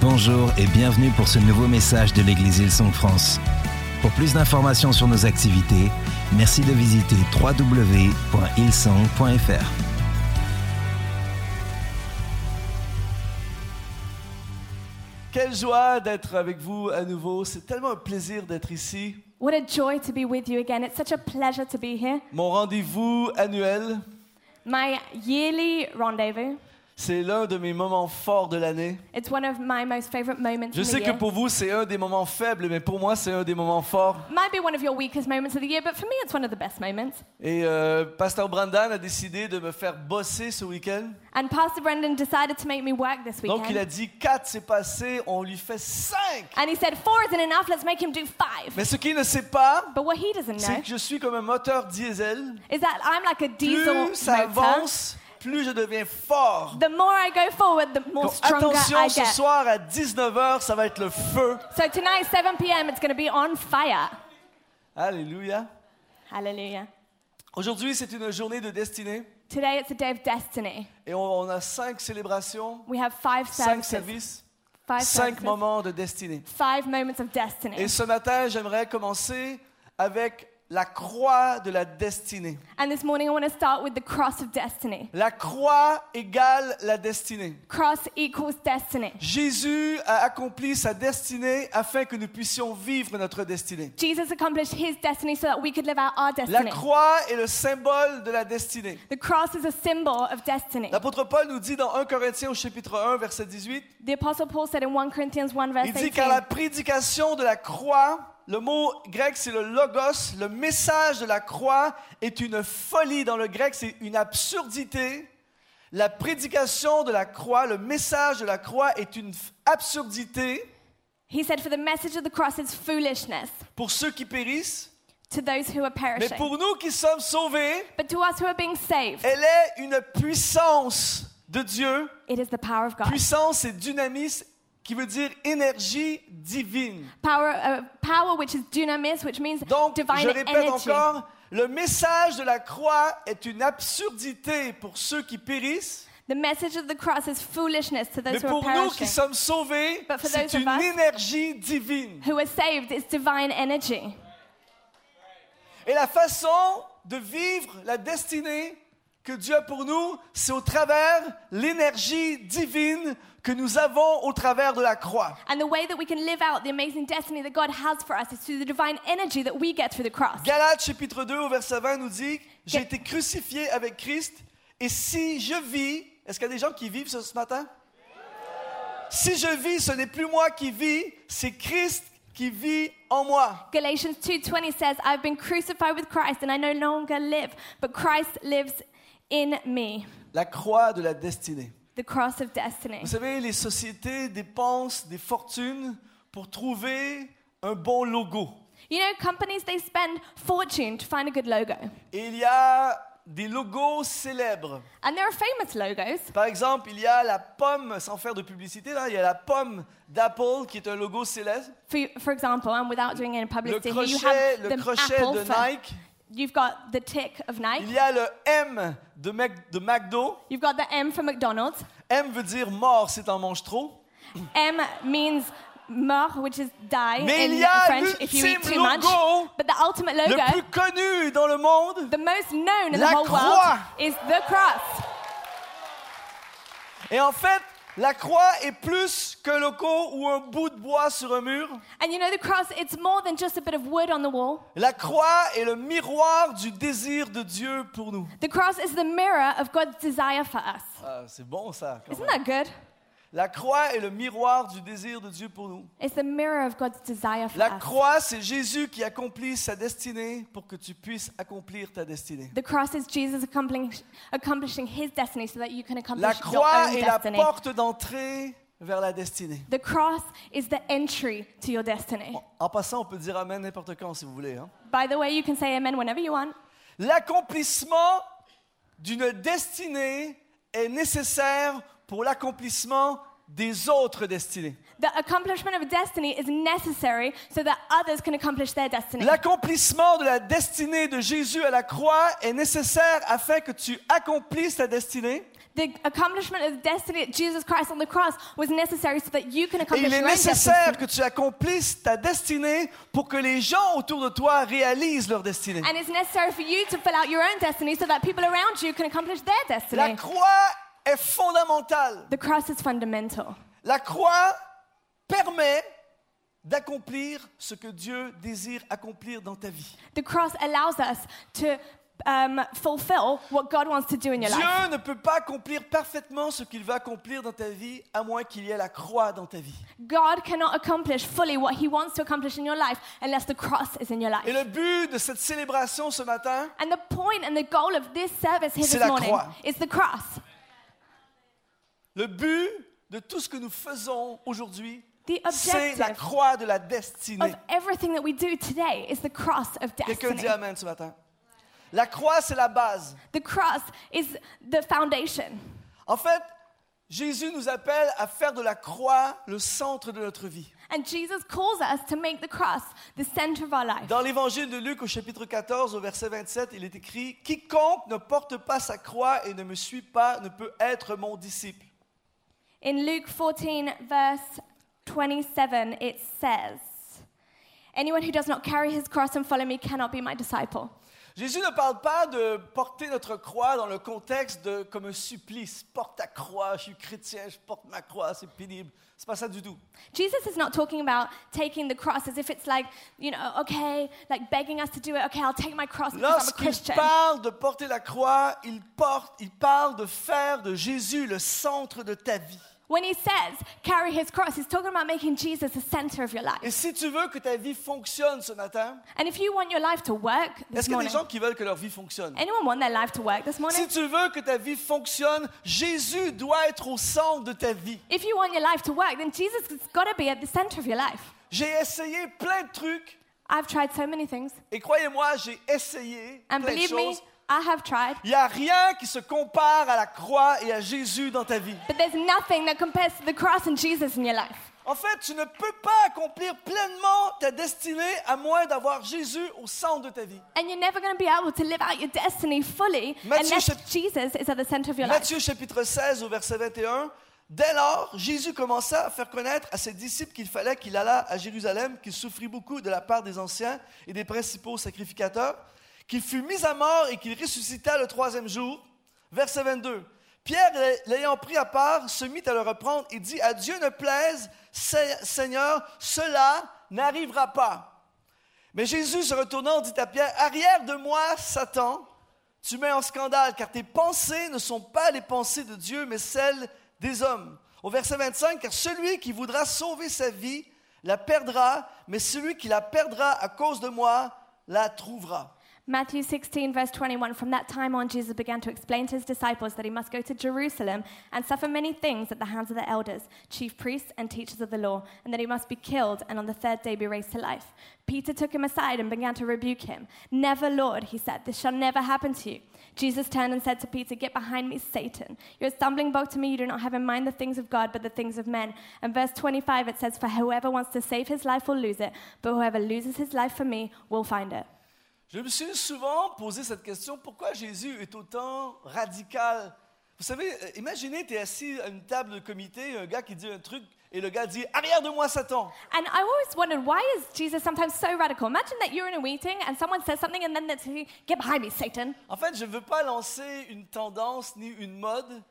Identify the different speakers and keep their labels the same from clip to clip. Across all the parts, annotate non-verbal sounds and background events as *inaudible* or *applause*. Speaker 1: Bonjour et bienvenue pour ce nouveau message de l'Église Hillsong France. Pour plus d'informations sur nos activités, merci de visiter www.hillsong.fr.
Speaker 2: Quelle joie d'être avec vous à nouveau. C'est tellement un plaisir d'être ici.
Speaker 3: What a joy to be with you again. It's such a pleasure to be here.
Speaker 2: Mon rendez-vous annuel,
Speaker 3: My yearly rendezvous.
Speaker 2: c'est l'un de mes moments forts de l'année.
Speaker 3: It's one of my most favorite moments
Speaker 2: Je
Speaker 3: of the
Speaker 2: sais que
Speaker 3: year.
Speaker 2: pour vous, c'est un des moments faibles, mais pour moi, c'est un des moments forts.
Speaker 3: Might be one of your weakest moments of the year, but for me, it's one of the best moments.
Speaker 2: Et euh, Pasteur Brandan a décidé de me faire bosser ce week-end.
Speaker 3: And Pastor Brendan decided to make me work this weekend.
Speaker 2: Donc, il a dit 4 c'est passé, on lui fait 5.
Speaker 3: and he said, four isn't enough, let's make him do five.
Speaker 2: Mais ce qu'il ne sait pas,
Speaker 3: But what he doesn't
Speaker 2: c'est
Speaker 3: know
Speaker 2: que je suis comme un moteur diesel.
Speaker 3: is that I'm like a diesel
Speaker 2: Plus ça
Speaker 3: motor.
Speaker 2: avance, plus je deviens fort.
Speaker 3: The more I go forward, the more
Speaker 2: Donc,
Speaker 3: stronger I
Speaker 2: attention, ce
Speaker 3: get.
Speaker 2: soir à 19h, ça va être le feu.
Speaker 3: So tonight, 7 p.m., it's going to be on fire.
Speaker 2: Alléluia.
Speaker 3: Hallelujah.
Speaker 2: Aujourd'hui, c'est une journée de destinée
Speaker 3: Today, it's a day of destiny.
Speaker 2: et on, on a cinq célébrations,
Speaker 3: We have five
Speaker 2: cinq services,
Speaker 3: services. Five
Speaker 2: cinq
Speaker 3: services.
Speaker 2: moments de destinée.
Speaker 3: Five moments of destiny.
Speaker 2: Et ce matin, j'aimerais commencer avec la croix de la destinée.
Speaker 3: And this morning I want to start with the cross of destiny.
Speaker 2: La croix égale la destinée.
Speaker 3: Cross equals destiny.
Speaker 2: Jésus a accompli sa destinée afin que nous puissions vivre notre destinée.
Speaker 3: Jesus accomplished his destiny so that we could live out our
Speaker 2: La
Speaker 3: destiny.
Speaker 2: croix est le symbole de la destinée.
Speaker 3: The cross is a symbol of destiny.
Speaker 2: L'apôtre Paul nous dit dans 1 Corinthiens au chapitre 1 verset 18,
Speaker 3: The apostle Paul said in 1 Corinthians 1 verse
Speaker 2: Il dit
Speaker 3: 18,
Speaker 2: car la prédication de la croix, le mot grec c'est le logos, le message de la croix est une folie dans le grec, c'est une absurdité. La prédication de la croix, le message de la croix est une f- absurdité
Speaker 3: he said, for the message of the cross is foolishness
Speaker 2: pour ceux qui périssent,
Speaker 3: to those who are
Speaker 2: mais
Speaker 3: perishing.
Speaker 2: pour nous qui sommes sauvés,
Speaker 3: But to us who are being saved,
Speaker 2: elle est une puissance de Dieu.
Speaker 3: it is the power of God.
Speaker 2: Puissance c'est dynamis qui veut dire énergie divine.
Speaker 3: Power, uh, power which is dunamis, which means
Speaker 2: Donc, je
Speaker 3: divine
Speaker 2: répète
Speaker 3: energy.
Speaker 2: encore, le message de la croix est une absurdité pour ceux qui périssent,
Speaker 3: The message of the cross is foolishness to
Speaker 2: mais
Speaker 3: those who are
Speaker 2: pour nous qui
Speaker 3: perishing.
Speaker 2: sommes sauvés,
Speaker 3: But for
Speaker 2: c'est
Speaker 3: those of
Speaker 2: une
Speaker 3: us-
Speaker 2: énergie divine.
Speaker 3: Who are saved is divine energy.
Speaker 2: Et la façon de vivre la destinée que Dieu a pour nous, c'est au travers l'énergie divine que nous avons au travers de la croix.
Speaker 3: And the way that we can live out the amazing destiny that God has for us is through the divine energy that we get through the cross.
Speaker 2: Galates chapitre 2 au verset 20 nous dit, j'ai été crucifié avec Christ et si je vis, est-ce qu'il y a des gens qui vivent ce, ce matin? Si je vis, ce n'est plus moi qui vis, c'est Christ qui vit en moi.
Speaker 3: Galatians 2:20 says, "I've been crucified with Christ and I no longer live, but Christ lives in me."
Speaker 2: La croix de la destinée.
Speaker 3: The cross of destiny.
Speaker 2: Vous savez, les sociétés dépensent des fortunes pour trouver un bon logo.
Speaker 3: You know, companies they spend fortune to find a good logo.
Speaker 2: Et il y a des logos célèbres.
Speaker 3: And there are famous logos.
Speaker 2: Par exemple, il y a la pomme, sans faire de publicité, là, il y a la pomme d'Apple qui est un logo célèbre.
Speaker 3: For, for example, and without doing any
Speaker 2: le
Speaker 3: publicity, here you
Speaker 2: crochet,
Speaker 3: have
Speaker 2: le
Speaker 3: the
Speaker 2: crochet
Speaker 3: apple
Speaker 2: de
Speaker 3: for-
Speaker 2: Nike.
Speaker 3: You've got the tick of
Speaker 2: Il
Speaker 3: Nike.
Speaker 2: y a le M de, Mac- de McDo.
Speaker 3: You've got the M for McDonald's.
Speaker 2: M veut dire mort si t'en manges trop.
Speaker 3: M means mort, which is die
Speaker 2: Mais il
Speaker 3: in
Speaker 2: y a
Speaker 3: French if you eat
Speaker 2: l'ultime
Speaker 3: too much.
Speaker 2: logo,
Speaker 3: But the ultimate
Speaker 2: Le
Speaker 3: logo,
Speaker 2: plus connu dans le monde.
Speaker 3: the most known in
Speaker 2: La
Speaker 3: the whole
Speaker 2: croix.
Speaker 3: world, is the cross.
Speaker 2: Et en fait, la croix est plus qu'un loco ou un bout de bois sur un mur.
Speaker 3: And you know, the cross, it's more than just a bit of wood on the wall.
Speaker 2: La croix est le miroir du désir de Dieu pour nous.
Speaker 3: The cross is the mirror of God's desire for us.
Speaker 2: Ah, c'est bon ça. quand
Speaker 3: Isn't
Speaker 2: même.
Speaker 3: that good?
Speaker 2: La croix est le miroir du désir de Dieu pour nous.
Speaker 3: It's the mirror of God's desire for
Speaker 2: La
Speaker 3: us.
Speaker 2: croix, c'est Jésus qui accomplit sa destinée pour que tu puisses accomplir ta destinée.
Speaker 3: The cross is Jesus accomplishing, accomplishing his destiny so that you can
Speaker 2: La
Speaker 3: accomplish your
Speaker 2: croix
Speaker 3: own
Speaker 2: est la
Speaker 3: destiny.
Speaker 2: porte d'entrée vers la destinée.
Speaker 3: The cross is the entry to your destiny.
Speaker 2: En passant, on peut dire Amen n'importe quand si vous voulez. hein.
Speaker 3: By the way, you can say amen whenever you want.
Speaker 2: L'accomplissement d'une destinée est nécessaire pour l'accomplissement des autres destinées.
Speaker 3: The accomplishment of a destiny is necessary so that others can accomplish their destiny.
Speaker 2: L'accomplissement de la destinée de Jésus à la croix est nécessaire afin que tu accomplisses ta destinée.
Speaker 3: the accomplishment of the destiny of Jesus Christ on the cross was necessary so that you can
Speaker 2: Et
Speaker 3: accomplish
Speaker 2: il est
Speaker 3: your own
Speaker 2: nécessaire
Speaker 3: destiny.
Speaker 2: que tu accomplisses ta destinée pour que les gens autour de toi réalisent leur destinée.
Speaker 3: And it's necessary for you to fill out your own destiny so that people around you can accomplish their
Speaker 2: La
Speaker 3: destiny.
Speaker 2: croix est fondamentale.
Speaker 3: The cross is fundamental.
Speaker 2: La croix permet d'accomplir ce que Dieu désire accomplir dans ta vie.
Speaker 3: The cross allows us to um, fulfill what God wants to do in your life.
Speaker 2: Dieu ne peut pas accomplir parfaitement ce qu'il veut accomplir dans ta vie à moins qu'il y ait la croix dans ta vie.
Speaker 3: God cannot accomplish fully what He wants to accomplish in your life unless the cross is in your life.
Speaker 2: Et le but de cette célébration ce matin,
Speaker 3: And the point and the goal of this service here
Speaker 2: C'est
Speaker 3: this
Speaker 2: la
Speaker 3: morning
Speaker 2: croix.
Speaker 3: is the cross.
Speaker 2: le but de tout ce que nous faisons aujourd'hui,
Speaker 3: The
Speaker 2: c'est la
Speaker 3: objective
Speaker 2: croix de la destinée.
Speaker 3: of everything that we do today is the cross of
Speaker 2: Quelqu'un
Speaker 3: destiny.
Speaker 2: dit Amen ce matin. La croix, c'est la base.
Speaker 3: The cross is the foundation.
Speaker 2: En fait, Jésus nous appelle à faire de la croix le centre de notre vie.
Speaker 3: And Jesus calls us to make the cross the center of our life.
Speaker 2: Dans l'évangile de Luc au chapitre 14 au verset 27, il est écrit Quiconque ne porte pas sa croix et ne me suit pas ne peut être mon disciple.
Speaker 3: In Luke 14, verse 27, it says, Anyone who does not carry his cross and follow me cannot be my disciple.
Speaker 2: Jésus ne parle pas de porter notre croix dans le contexte de comme un supplice. Porte ta croix, je suis chrétien, je porte ma croix, c'est pénible. C'est pas ça du tout.
Speaker 3: Jesus is not talking about taking the cross as if it's like, you know, okay, like begging us to do it. Okay, I'll take my cross because I'm a
Speaker 2: Lorsqu'il
Speaker 3: Christian.
Speaker 2: parle de porter la croix, il porte, il parle de faire de Jésus le centre de ta vie.
Speaker 3: When he says carry his cross, he's talking about making Jesus the center of your
Speaker 2: Et
Speaker 3: life.
Speaker 2: si tu veux que ta vie fonctionne ce matin,
Speaker 3: And if you want your life to work
Speaker 2: est-ce
Speaker 3: this
Speaker 2: qu'il y a des
Speaker 3: morning,
Speaker 2: gens qui veulent que leur vie fonctionne?
Speaker 3: anyone want their life to work this morning?
Speaker 2: Si tu veux que ta vie fonctionne, Jésus doit être au centre de ta vie.
Speaker 3: If you want your life to work, then Jesus has got to be at the center of your life.
Speaker 2: J'ai essayé plein de trucs
Speaker 3: I've tried so many things.
Speaker 2: et croyez-moi, j'ai essayé
Speaker 3: And
Speaker 2: plein de
Speaker 3: believe me,
Speaker 2: choses.
Speaker 3: I have tried.
Speaker 2: Il n'y a rien qui se compare à la croix et à Jésus dans ta vie.
Speaker 3: But there's nothing that compares to the cross and Jesus in your life.
Speaker 2: En fait, tu ne peux pas accomplir pleinement ta destinée à moins d'avoir Jésus au centre de ta vie.
Speaker 3: And you're never going to be able to live out your destiny fully
Speaker 2: Matthieu
Speaker 3: unless
Speaker 2: chap-
Speaker 3: Jesus is at the center of your life.
Speaker 2: Matthieu chapitre 16 au verset 21. Dès lors, Jésus commença à faire connaître à ses disciples qu'il fallait qu'il allât à Jérusalem, qu'il souffrit beaucoup de la part des anciens et des principaux sacrificateurs, qu'il fut mis à mort et qu'il ressuscita le troisième jour. Verset 22. Pierre, l'ayant pris à part, se mit à le reprendre et dit, à Dieu ne plaise, Se- Seigneur, cela n'arrivera pas. Mais Jésus, se retournant, dit à Pierre, Arrière de moi, Satan, tu mets en scandale, car tes pensées ne sont pas les pensées de Dieu, mais celles des hommes. Au verset 25, car celui qui voudra sauver sa vie la perdra, mais celui qui la perdra à cause de moi la trouvera.
Speaker 3: Matthew 16, verse 21 From that time on, Jesus began to explain to his disciples that he must go to Jerusalem and suffer many things at the hands of the elders, chief priests, and teachers of the law, and that he must be killed and on the third day be raised to life. Peter took him aside and began to rebuke him. Never, Lord, he said, this shall never happen to you. Jesus turned and said to Peter, Get behind me, Satan. You're a stumbling block to me. You do not have in mind the things of God, but the things of men. And verse 25, it says, For whoever wants to save his life will lose it, but whoever loses his life for me will find it.
Speaker 2: Je me suis souvent posé cette question, pourquoi Jésus est autant radical Vous savez, euh, imaginez, tu es assis à une table de comité, un gars qui dit un truc, et le gars dit, Arrière de moi, Satan.
Speaker 3: And I always wondered why is Jesus sometimes so radical? Imagine that you're in a meeting and someone says something and then they say, "Get behind me, Satan."
Speaker 2: En fait, je ne veux pas lancer une tendance ni une mode,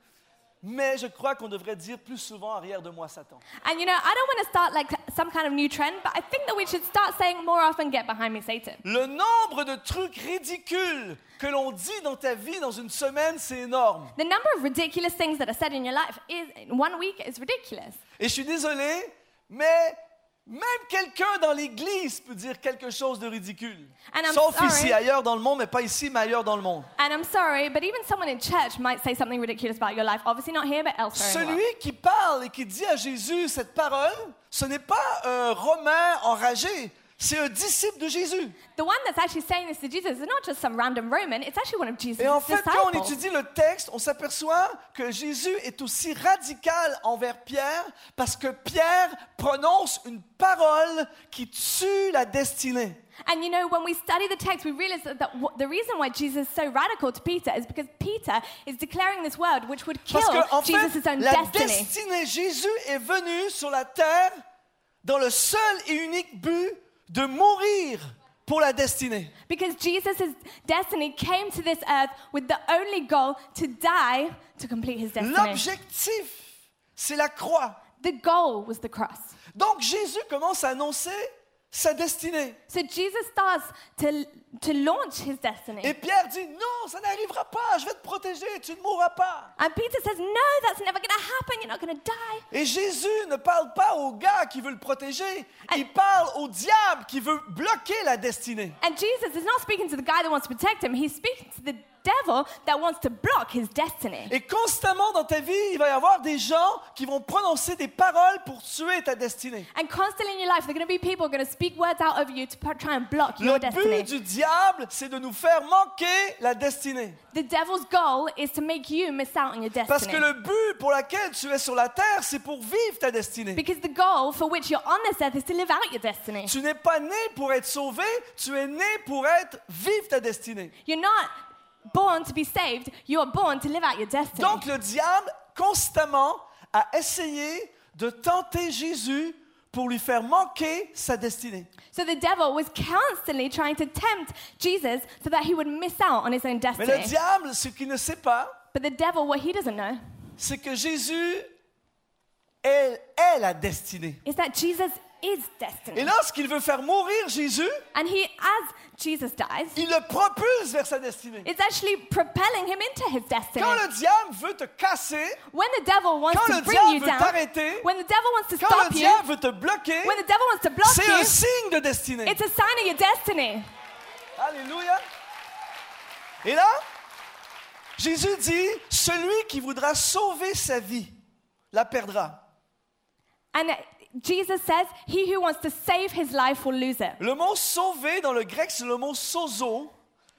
Speaker 2: mais je crois qu'on devrait dire plus souvent arrière de moi Satan.
Speaker 3: And you know, I don't want to start like some kind of new trend, but I think that we should start saying more often, "Get behind me, Satan."
Speaker 2: Le nombre de trucs ridicules que l'on dit dans ta vie dans une semaine, c'est énorme.
Speaker 3: The number of ridiculous things that are said in your life is in one week is ridiculous.
Speaker 2: Et je suis désolé, mais même quelqu'un dans l'église peut dire quelque chose de ridicule.
Speaker 3: And I'm
Speaker 2: Sauf
Speaker 3: sorry.
Speaker 2: ici, ailleurs dans le monde, mais pas ici, mais ailleurs dans le monde.
Speaker 3: And I'm sorry, but even someone in church might say something ridiculous about your life. Obviously not here, but elsewhere. in the world.
Speaker 2: Celui qui parle et qui dit à Jésus cette parole, ce n'est pas un Romain enragé, c'est un disciple de Jésus.
Speaker 3: The one that's actually saying this to Jesus is not just some random Roman; it's actually one of Jesus'
Speaker 2: Et en fait, quand on
Speaker 3: disciples.
Speaker 2: étudie le texte, on s'aperçoit que Jésus est aussi radical envers Pierre parce que Pierre prononce une parole qui tue la destinée.
Speaker 3: And you know, when we study the text, we realize that, that wh- the reason why Jesus is so radical to Peter is because Peter is declaring this word which would
Speaker 2: Parce
Speaker 3: kill
Speaker 2: que, en fait,
Speaker 3: Jesus' own
Speaker 2: la
Speaker 3: destiny.
Speaker 2: destinée, Jésus est venu sur la terre dans le seul et unique but de mourir pour la destinée.
Speaker 3: Because Jesus' destiny came to this earth with the only goal to die to complete his destiny.
Speaker 2: L'objectif, c'est la croix.
Speaker 3: The goal was the cross.
Speaker 2: Donc Jésus commence à annoncer sa destinée.
Speaker 3: So Jesus starts to, to launch his destiny.
Speaker 2: Et Pierre dit, non, ça n'arrivera pas, je vais te protéger, tu ne mourras pas.
Speaker 3: and Peter says, No, that's never going to happen. You're not going to die.
Speaker 2: Et Jésus ne parle pas au gars qui veut le protéger, il parle au diable qui veut bloquer la destinée.
Speaker 3: And Jesus is not speaking to the guy that wants to protect him, he's speaking to the devil that wants to block his destiny.
Speaker 2: Et constamment dans ta vie, il va y avoir des gens qui vont prononcer des paroles pour tuer ta destinée.
Speaker 3: and constantly in your life, there are going to be people who are going to speak words out over you to p- try and block
Speaker 2: Le
Speaker 3: your
Speaker 2: but
Speaker 3: destiny.
Speaker 2: du diable, c'est de nous faire manquer la destinée.
Speaker 3: the devil's goal is to make you miss out on your destiny.
Speaker 2: Parce que le but pour lequel tu es sur la terre, c'est pour vivre ta destinée.
Speaker 3: Because the goal for which you're on this earth is to live out your destiny.
Speaker 2: Tu n'es pas né pour être sauvé, tu es né pour être vivre ta destinée.
Speaker 3: You're not born to be saved, you are born to live out your destiny.
Speaker 2: Donc le diable constamment a essayé de tenter Jésus pour lui faire manquer sa destinée.
Speaker 3: so the devil was constantly trying to tempt Jesus so that he would miss out on his
Speaker 2: Mais
Speaker 3: own destiny.
Speaker 2: le diable, ce qu'il ne sait pas,
Speaker 3: but the devil, what he doesn't know,
Speaker 2: c'est que Jésus est, est la destinée.
Speaker 3: is that Jesus is destiny.
Speaker 2: Et lorsqu'il veut faire mourir Jésus,
Speaker 3: and he, as Jesus dies,
Speaker 2: il le propulse vers sa destinée.
Speaker 3: is actually propelling him into his destiny.
Speaker 2: Quand le diable veut te casser,
Speaker 3: when the devil wants
Speaker 2: quand
Speaker 3: to
Speaker 2: le
Speaker 3: bring
Speaker 2: diable
Speaker 3: you
Speaker 2: veut
Speaker 3: down,
Speaker 2: t'arrêter,
Speaker 3: when the devil wants to
Speaker 2: quand
Speaker 3: stop
Speaker 2: le
Speaker 3: you,
Speaker 2: diable veut te bloquer,
Speaker 3: when the devil wants to block
Speaker 2: c'est
Speaker 3: you,
Speaker 2: un signe de destinée.
Speaker 3: it's a sign of your destiny.
Speaker 2: Alléluia. Et là, Jésus dit, celui qui voudra sauver sa vie la perdra.
Speaker 3: And Jesus says, He who wants to save his life will lose it.
Speaker 2: Le mot sauver dans le grec, c'est le mot sozo.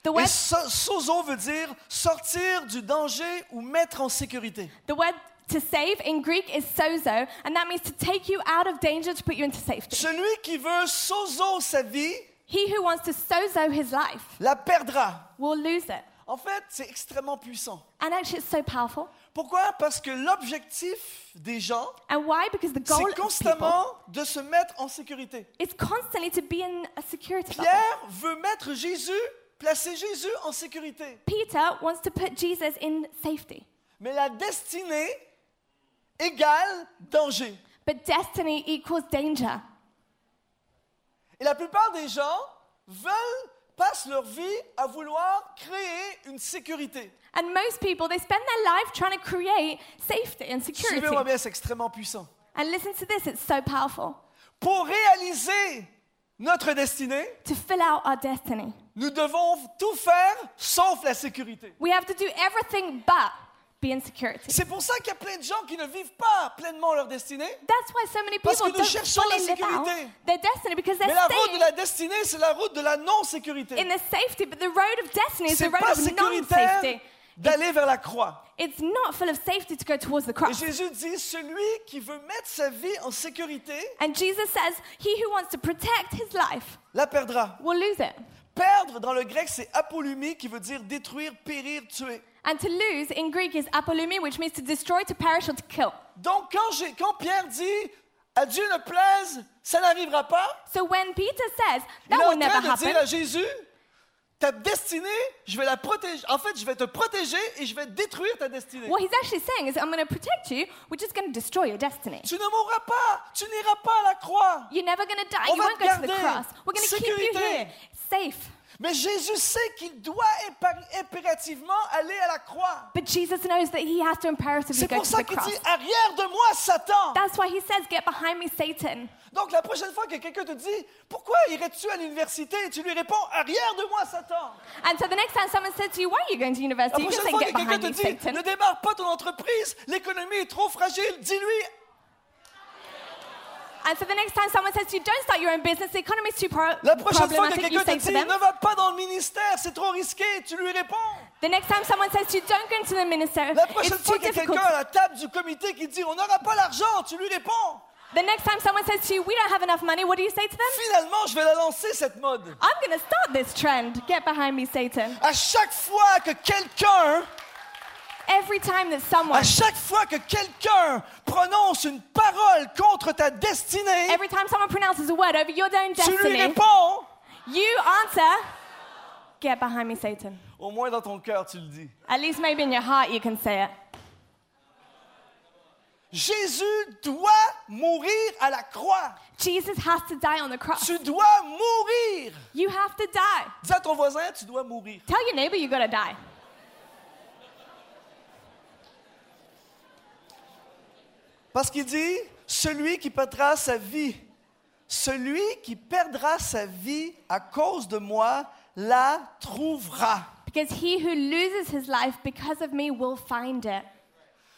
Speaker 3: The
Speaker 2: Et
Speaker 3: word,
Speaker 2: so- sozo veut dire sortir du danger ou mettre en sécurité.
Speaker 3: the word to save in Greek is sozo, and that means to take you out of danger, to put you into safety.
Speaker 2: Celui qui veut sozo sa vie
Speaker 3: He who wants to sozo his life
Speaker 2: la perdra.
Speaker 3: will lose it.
Speaker 2: En fait, c'est extrêmement puissant.
Speaker 3: And actually, it's so powerful.
Speaker 2: Pourquoi? Parce que l'objectif des gens,
Speaker 3: And why? Because the goal
Speaker 2: c'est
Speaker 3: of people
Speaker 2: constamment de se mettre en sécurité.
Speaker 3: is constantly to be in a security bubble.
Speaker 2: Pierre veut mettre Jésus, placer Jésus en sécurité.
Speaker 3: Peter wants to put Jesus in safety,
Speaker 2: Mais la destinée égale danger.
Speaker 3: but destiny equals danger.
Speaker 2: Et la plupart des gens veulent, passent leur vie à vouloir créer une sécurité.
Speaker 3: And most people, they spend their life trying to create safety and security.
Speaker 2: Suivez-moi bien, c'est extrêmement puissant.
Speaker 3: And listen to this, it's so powerful.
Speaker 2: Pour réaliser notre destinée,
Speaker 3: To fill out our destiny,
Speaker 2: nous devons tout faire sauf la sécurité.
Speaker 3: we have to do everything but be in security.
Speaker 2: C'est pour ça qu'il y a plein de gens qui ne vivent pas pleinement leur destinée.
Speaker 3: That's why so many
Speaker 2: Parce
Speaker 3: people
Speaker 2: que nous
Speaker 3: don't
Speaker 2: cherchons la
Speaker 3: fully live out
Speaker 2: sécurité.
Speaker 3: their destiny because
Speaker 2: Mais
Speaker 3: they're
Speaker 2: la route de
Speaker 3: staying
Speaker 2: la destinée, c'est la route de la non-sécurité.
Speaker 3: in the safety. But the road of destiny is
Speaker 2: C'est
Speaker 3: the road
Speaker 2: pas
Speaker 3: of
Speaker 2: sécuritaire
Speaker 3: non-safety.
Speaker 2: d'aller vers la croix.
Speaker 3: It's not full of safety to go towards the
Speaker 2: Et
Speaker 3: cross.
Speaker 2: Jésus dit, celui qui veut mettre sa vie en sécurité
Speaker 3: And Jesus says, "He who wants to protect his life
Speaker 2: la perdra.
Speaker 3: will lose it,
Speaker 2: Perdre, dans le grec, c'est apolumie, qui veut dire détruire, périr, tuer.
Speaker 3: and to lose in Greek is apolumi, which means to destroy, to perish, or to kill."
Speaker 2: Donc, quand, j'ai- quand Pierre dit, à Dieu ne plaise, ça n'arrivera pas,
Speaker 3: So when Peter says
Speaker 2: il est
Speaker 3: that
Speaker 2: en
Speaker 3: will
Speaker 2: train
Speaker 3: never
Speaker 2: de
Speaker 3: happen,
Speaker 2: dire à Jésus, ta destinée, je vais la protéger. En fait, je vais te protéger et je vais détruire ta destinée.
Speaker 3: What he's actually saying is, I'm going to protect you. We're just going to destroy your destiny.
Speaker 2: Tu ne mourras pas, tu n'iras pas à la croix.
Speaker 3: You're never going to die.
Speaker 2: On
Speaker 3: you
Speaker 2: va
Speaker 3: won't
Speaker 2: te
Speaker 3: go to the
Speaker 2: garder.
Speaker 3: cross. We're going to keep you
Speaker 2: Sécurité.
Speaker 3: here, safe.
Speaker 2: Mais Jésus sait qu'il doit impér- impérativement aller à la croix.
Speaker 3: But Jesus knows that he has to imperatively
Speaker 2: C'est
Speaker 3: go
Speaker 2: pour
Speaker 3: to
Speaker 2: ça
Speaker 3: the
Speaker 2: qu'il
Speaker 3: cross.
Speaker 2: dit arrière de moi Satan.
Speaker 3: That's why he says, "Get behind me, Satan."
Speaker 2: Donc la prochaine fois que quelqu'un te dit pourquoi irais-tu à l'université et tu lui réponds arrière de moi Satan.
Speaker 3: And so the next time someone says to you, "Why are you going to
Speaker 2: La
Speaker 3: university?" You just
Speaker 2: prochaine
Speaker 3: say,
Speaker 2: fois que
Speaker 3: "Get
Speaker 2: quelqu'un
Speaker 3: behind
Speaker 2: te
Speaker 3: me,
Speaker 2: dit ne
Speaker 3: Satan."
Speaker 2: démarre pas ton entreprise, l'économie est trop fragile, dis-lui
Speaker 3: And so the next time someone says to you, "Don't start your own business. The economy's too pro-
Speaker 2: la prochaine fois que
Speaker 3: problematic," you
Speaker 2: quelqu'un
Speaker 3: say
Speaker 2: te
Speaker 3: to
Speaker 2: dit
Speaker 3: them.
Speaker 2: ne va pas dans le ministère, c'est trop risqué, tu lui réponds.
Speaker 3: The next time someone says to you, "Don't go into the ministry.
Speaker 2: La prochaine
Speaker 3: It's too
Speaker 2: fois qu'il y a
Speaker 3: difficult."
Speaker 2: quelqu'un à la table du comité qui dit on n'aura pas l'argent, tu lui réponds.
Speaker 3: The next time someone says to you, we don't have enough money, what do you say to them?
Speaker 2: Finalement, je vais la lancer, cette mode.
Speaker 3: I'm going to start this trend. Get behind me, Satan.
Speaker 2: À chaque fois que quelqu'un,
Speaker 3: Every time that someone,
Speaker 2: à chaque fois que quelqu'un prononce une parole contre ta destinée,
Speaker 3: every time someone pronounces a word over your own
Speaker 2: tu lui
Speaker 3: destiny,
Speaker 2: réponds,
Speaker 3: you answer, get behind me, Satan.
Speaker 2: au moins dans ton cœur, tu le dis.
Speaker 3: At least maybe in your heart you can say it.
Speaker 2: Jésus doit mourir à la croix.
Speaker 3: Jesus has to die on the cross.
Speaker 2: Tu dois mourir.
Speaker 3: You have to die.
Speaker 2: Dis à ton voisin, tu dois mourir.
Speaker 3: Tell your neighbor you got to die.
Speaker 2: Parce qu'il dit, celui qui perdra sa vie, celui qui perdra sa vie à cause de moi, la trouvera.
Speaker 3: Because he who loses his life because of me will find it.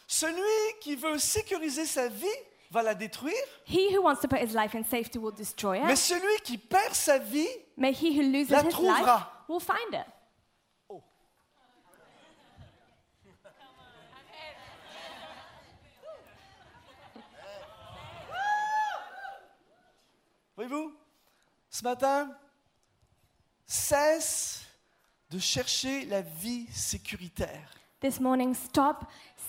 Speaker 2: Celui qui veut sécuriser sa vie va la détruire,
Speaker 3: He who wants to put his life in safety will destroy
Speaker 2: mais
Speaker 3: it.
Speaker 2: celui qui perd sa vie,
Speaker 3: May he who loses
Speaker 2: La
Speaker 3: his
Speaker 2: trouvera.
Speaker 3: life will find it.
Speaker 2: voyez-vous, ce matin, cesse de chercher la vie sécuritaire.
Speaker 3: This morning, stop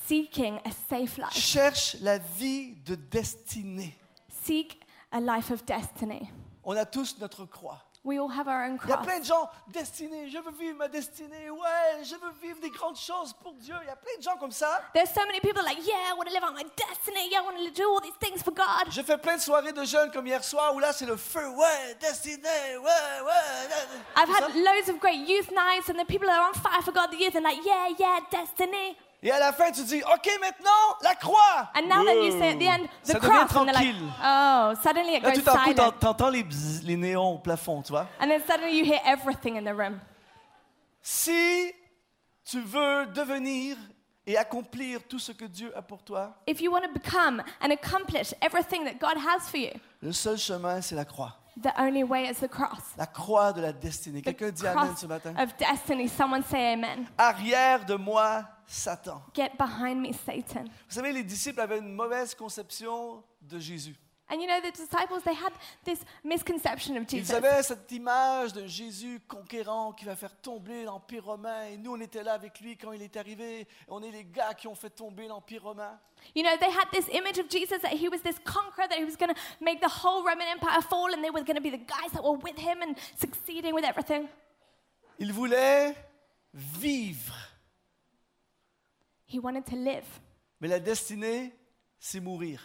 Speaker 3: seeking a safe life.
Speaker 2: Cherche la vie de destinée.
Speaker 3: Seek a life of destiny.
Speaker 2: On a tous notre croix.
Speaker 3: We all have our own
Speaker 2: Il y a
Speaker 3: cross.
Speaker 2: plein de gens, destinée, je veux vivre ma destinée, ouais, je veux vivre des grandes choses pour Dieu. Il y a plein de gens comme ça.
Speaker 3: There's so many people like, yeah, I want to live out my destiny. Yeah, I want to do all these things for God.
Speaker 2: Je fais plein de soirées de jeunes comme hier soir où là c'est le feu, ouais, destinée, ouais, ouais.
Speaker 3: I've
Speaker 2: C'est ça?
Speaker 3: had loads of great youth nights, and the people that are on fire for God, the youth, and like, yeah, yeah, destiny.
Speaker 2: Et à la fin tu dis, ok maintenant, la croix.
Speaker 3: And now that you say at the end, the
Speaker 2: Ça devient
Speaker 3: cross, and they're like,
Speaker 2: tranquille.
Speaker 3: oh, suddenly it
Speaker 2: Là tout
Speaker 3: goes
Speaker 2: d'un coup t'en-
Speaker 3: silent.
Speaker 2: t'entends les, bzz, les néons au plafond, tu vois.
Speaker 3: And then suddenly you hear everything in the room.
Speaker 2: Si tu veux devenir et accomplir tout ce que Dieu a pour toi,
Speaker 3: If you want to become and accomplish everything that God has for you,
Speaker 2: le seul chemin c'est la croix.
Speaker 3: the only way is the cross.
Speaker 2: La croix de la destinée.
Speaker 3: The
Speaker 2: Quelqu'un dit Amen
Speaker 3: cross
Speaker 2: ce matin.
Speaker 3: of destiny. Someone say amen.
Speaker 2: Arrière de moi, Satan.
Speaker 3: Get behind me, Satan.
Speaker 2: Vous savez, les disciples avaient une mauvaise conception de Jésus.
Speaker 3: And you know, the disciples, they had this misconception of
Speaker 2: Ils
Speaker 3: Jesus.
Speaker 2: avaient cette image de Jésus conquérant qui va faire tomber l'Empire romain. Et nous, on était là avec lui quand il est arrivé. On est les gars qui ont fait tomber l'Empire romain.
Speaker 3: You know, they had this image of Jesus that he was this conqueror, that he was going to make the whole Roman Empire fall, and they were going to be the guys that were with him and succeeding with everything.
Speaker 2: Ils voulaient vivre.
Speaker 3: He wanted to live.
Speaker 2: Mais la destinée, c'est mourir.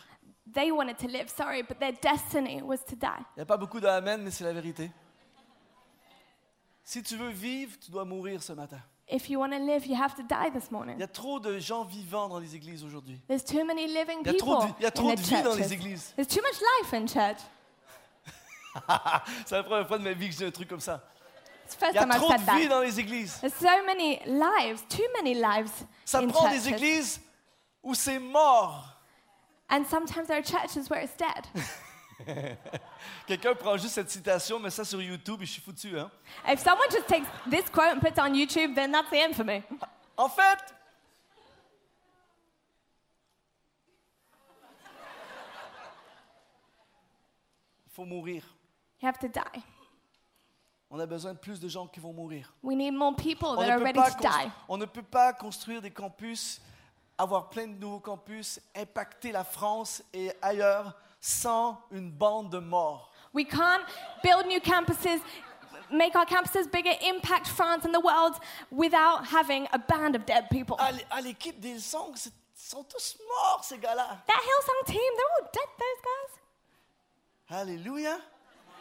Speaker 3: They wanted to live, sorry, but their destiny was to die.
Speaker 2: Il n'y a pas beaucoup de Amen, mais c'est la vérité. Si tu veux vivre, tu dois mourir ce matin.
Speaker 3: If you want to live, you have to die this
Speaker 2: Il y
Speaker 3: morning.
Speaker 2: a trop de gens vivants dans les églises aujourd'hui.
Speaker 3: There's too many living
Speaker 2: Il y a trop
Speaker 3: people
Speaker 2: de- il y a
Speaker 3: in
Speaker 2: trop
Speaker 3: the
Speaker 2: de vie dans les
Speaker 3: churches.
Speaker 2: églises.
Speaker 3: There's too much life in church.
Speaker 2: C'est la première fois de ma vie que j'ai un truc comme ça.
Speaker 3: It's the first
Speaker 2: Il y a
Speaker 3: time I've
Speaker 2: trop
Speaker 3: said
Speaker 2: de vie
Speaker 3: that.
Speaker 2: dans les églises.
Speaker 3: There's so many lives, too many lives
Speaker 2: Ça
Speaker 3: in
Speaker 2: prend
Speaker 3: churches.
Speaker 2: des églises où c'est mort.
Speaker 3: And sometimes there are churches where it's dead. *laughs*
Speaker 2: Quelqu'un prend juste cette citation, met ça sur YouTube et je suis foutu. Hein?
Speaker 3: if someone just takes this quote and puts it on YouTube, then that's the end for me.
Speaker 2: En fait, il faut mourir.
Speaker 3: You have to die.
Speaker 2: On a besoin de plus de gens qui vont mourir.
Speaker 3: We need more people
Speaker 2: On
Speaker 3: that
Speaker 2: ne,
Speaker 3: are
Speaker 2: peut
Speaker 3: ready
Speaker 2: pas
Speaker 3: to
Speaker 2: constru-
Speaker 3: die.
Speaker 2: on ne peut pas construire des campus, avoir plein de nouveaux campus, impacter la France et ailleurs sans une bande de morts.
Speaker 3: We can't build new campuses, make our campuses bigger, impact France and the world without having a band of dead people.
Speaker 2: À l- À l'équipe des songs, c'est- ils sont tous morts, ces gars-là.
Speaker 3: that Hillsong team, they're all dead, those
Speaker 2: Alléluia.
Speaker 3: guys.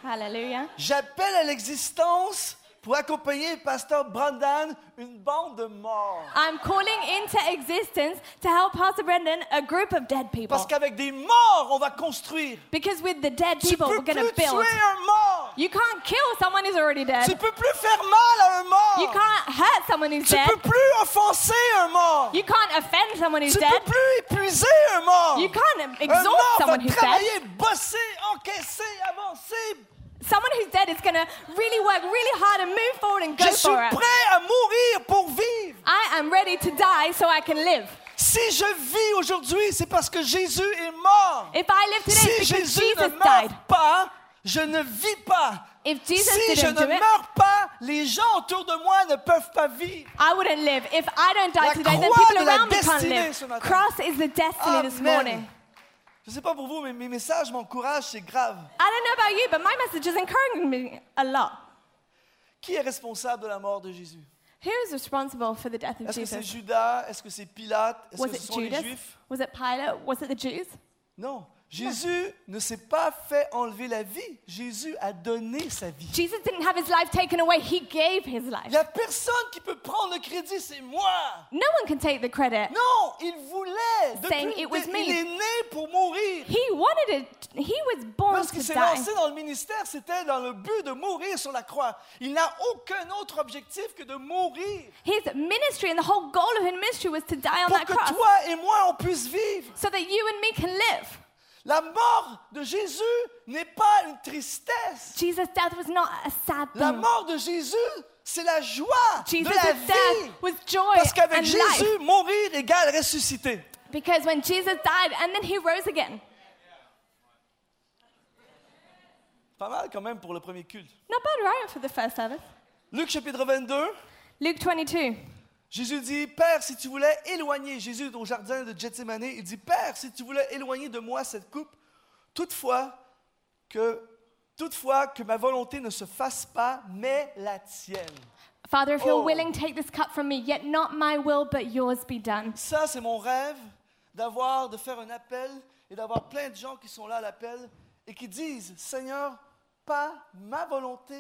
Speaker 3: Hallelujah.
Speaker 2: J'appelle à l'existence pour accompagner le pasteur Brandan une bande de morts.
Speaker 3: I'm calling into existence to help Pastor Brendan a group of dead people.
Speaker 2: Parce qu'avec des morts, on va construire.
Speaker 3: Because with the dead
Speaker 2: Tu
Speaker 3: people, we're
Speaker 2: peux
Speaker 3: going to
Speaker 2: plus
Speaker 3: build.
Speaker 2: tuer un mort.
Speaker 3: You can't kill someone who's already dead.
Speaker 2: Tu peux plus faire mal à un
Speaker 3: You
Speaker 2: mort.
Speaker 3: can't hurt someone who's
Speaker 2: Tu
Speaker 3: dead.
Speaker 2: peux plus offenser un mort.
Speaker 3: You can't offend someone who's
Speaker 2: Tu
Speaker 3: dead.
Speaker 2: peux plus épuiser un mort.
Speaker 3: You can't
Speaker 2: Un
Speaker 3: exhaust
Speaker 2: mort va
Speaker 3: someone who's dead.
Speaker 2: travailler, bosser, encaisser, avancer.
Speaker 3: Someone who's dead is going to really work really hard and move forward and go
Speaker 2: Je suis
Speaker 3: for it.
Speaker 2: prêt à mourir pour vivre.
Speaker 3: I am ready to die so I can live.
Speaker 2: Si je vis aujourd'hui, c'est parce que Jésus est mort.
Speaker 3: If I live today,
Speaker 2: Si
Speaker 3: it's because
Speaker 2: Jésus
Speaker 3: Jesus
Speaker 2: ne
Speaker 3: died.
Speaker 2: meurt pas, je ne vis pas.
Speaker 3: If Jesus
Speaker 2: si je
Speaker 3: didn't
Speaker 2: ne
Speaker 3: do it-
Speaker 2: meurs pas, les gens autour de moi ne peuvent pas vivre.
Speaker 3: I wouldn't live. If I don't die
Speaker 2: La
Speaker 3: today, then
Speaker 2: croix de
Speaker 3: people
Speaker 2: la
Speaker 3: around me can't
Speaker 2: destinée ce
Speaker 3: live.
Speaker 2: matin.
Speaker 3: Cross is the destiny this
Speaker 2: Amen.
Speaker 3: morning.
Speaker 2: Je sais pas pour vous, mais mes messages m'encouragent, c'est grave.
Speaker 3: I don't know about you, but my message is encouraging me a lot.
Speaker 2: Qui est responsable de la mort de Jésus?
Speaker 3: Who is responsible for the death of
Speaker 2: Est-ce que c'est
Speaker 3: Jesus?
Speaker 2: Judas? Est-ce que c'est Pilate? Est-ce
Speaker 3: Was
Speaker 2: que
Speaker 3: it
Speaker 2: ce sont les
Speaker 3: Judas?
Speaker 2: Juifs?
Speaker 3: Was it Pilate? Was it the Jews?
Speaker 2: Non. Jésus ne s'est pas fait enlever la vie. Jésus a donné sa vie.
Speaker 3: Jesus didn't have his life taken away, he gave his life.
Speaker 2: Il n'y a personne qui peut prendre le crédit, c'est moi.
Speaker 3: No one can take the credit.
Speaker 2: Non, il voulait.
Speaker 3: Saying
Speaker 2: Depuis,
Speaker 3: it was me.
Speaker 2: il est né pour mourir.
Speaker 3: He wanted it. He was born
Speaker 2: Lorsqu'il
Speaker 3: to
Speaker 2: s'est
Speaker 3: die.
Speaker 2: lancé dans le ministère, c'était dans le but de mourir sur la croix. Il n'a aucun autre objectif que de mourir
Speaker 3: His ministry and the whole goal of his ministry was to die on
Speaker 2: pour
Speaker 3: that
Speaker 2: que
Speaker 3: cross
Speaker 2: toi et moi on puisse vivre.
Speaker 3: so that you and me can live.
Speaker 2: La mort de Jésus n'est pas une tristesse.
Speaker 3: Jesus' death was not a sad
Speaker 2: La
Speaker 3: thing.
Speaker 2: mort de Jésus, c'est la joie de
Speaker 3: Hmm. Jesus'
Speaker 2: la vie.
Speaker 3: death was joy
Speaker 2: Parce qu'avec
Speaker 3: and life.
Speaker 2: Jésus, mourir égale ressusciter.
Speaker 3: Because when Jesus died and then he rose again.
Speaker 2: Pas mal quand même pour le premier culte.
Speaker 3: Not bad, right, for the first service?
Speaker 2: Luc chapitre 22,
Speaker 3: Luke 22.
Speaker 2: Jésus dit, Père, si tu voulais éloigner, Jésus est au jardin de Gethsemane, il dit, Père, si tu voulais éloigner de moi cette coupe, toutefois que, toutefois que ma volonté ne se fasse pas, mais la tienne.
Speaker 3: Father, if you're
Speaker 2: Oh.
Speaker 3: willing, take this cup from me, yet not my will, but yours be done.
Speaker 2: Ça, c'est mon rêve d'avoir, de faire un appel et d'avoir plein de gens qui sont là à l'appel et qui disent, Seigneur, pas ma volonté,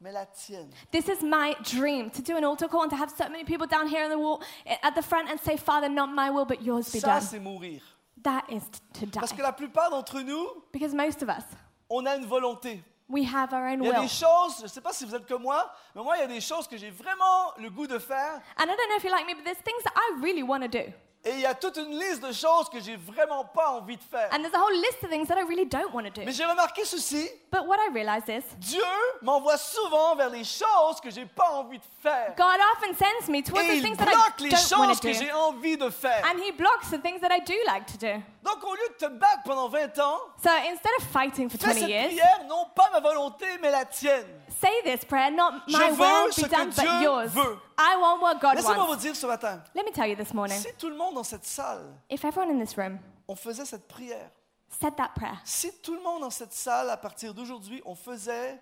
Speaker 2: mais la tienne.
Speaker 3: This is my dream to do an altar call and to have so many people down here in the wall eh, at the front and say, Father, not my will, but yours be
Speaker 2: Ça,
Speaker 3: done.
Speaker 2: c'est mourir.
Speaker 3: That is t- to
Speaker 2: Parce que
Speaker 3: die.
Speaker 2: la plupart d'entre nous,
Speaker 3: Because most of us,
Speaker 2: on a une volonté.
Speaker 3: we have our own
Speaker 2: Il y a
Speaker 3: will.
Speaker 2: des choses, je ne sais pas si vous êtes comme moi, mais moi, il y a des choses que j'ai vraiment le goût de faire.
Speaker 3: And I don't know if you like me, but there's things that I really want to do.
Speaker 2: Et il y a toute une liste de choses que j'ai vraiment pas envie de faire.
Speaker 3: And there's a whole list of things that I really don't want to
Speaker 2: Mais
Speaker 3: do.
Speaker 2: j'ai remarqué ceci,
Speaker 3: But what I realized is,
Speaker 2: Dieu m'envoie souvent vers les choses que j'ai pas envie de faire.
Speaker 3: God often sends me towards
Speaker 2: Et
Speaker 3: the
Speaker 2: il
Speaker 3: things that I
Speaker 2: bloque les
Speaker 3: don't
Speaker 2: choses
Speaker 3: want
Speaker 2: que
Speaker 3: to do.
Speaker 2: j'ai envie de faire.
Speaker 3: And He blocks the things that I do like to do.
Speaker 2: Donc au lieu de te battre pendant 20 ans,
Speaker 3: So instead of fighting for
Speaker 2: fais cette
Speaker 3: 20 years,
Speaker 2: prière, non pas ma volonté, mais la tienne.
Speaker 3: say this prayer, not
Speaker 2: Je
Speaker 3: my
Speaker 2: veux
Speaker 3: will
Speaker 2: ce
Speaker 3: be
Speaker 2: que
Speaker 3: done,
Speaker 2: Dieu
Speaker 3: but yours.
Speaker 2: veut.
Speaker 3: I want what God
Speaker 2: Laissez-moi vous
Speaker 3: wants.
Speaker 2: dire ce matin,
Speaker 3: Let me tell you this morning,
Speaker 2: si tout le monde dans cette salle,
Speaker 3: if everyone in this room
Speaker 2: on faisait cette prière,
Speaker 3: said that prayer,
Speaker 2: Si tout le monde dans cette salle, à partir d'aujourd'hui, on faisait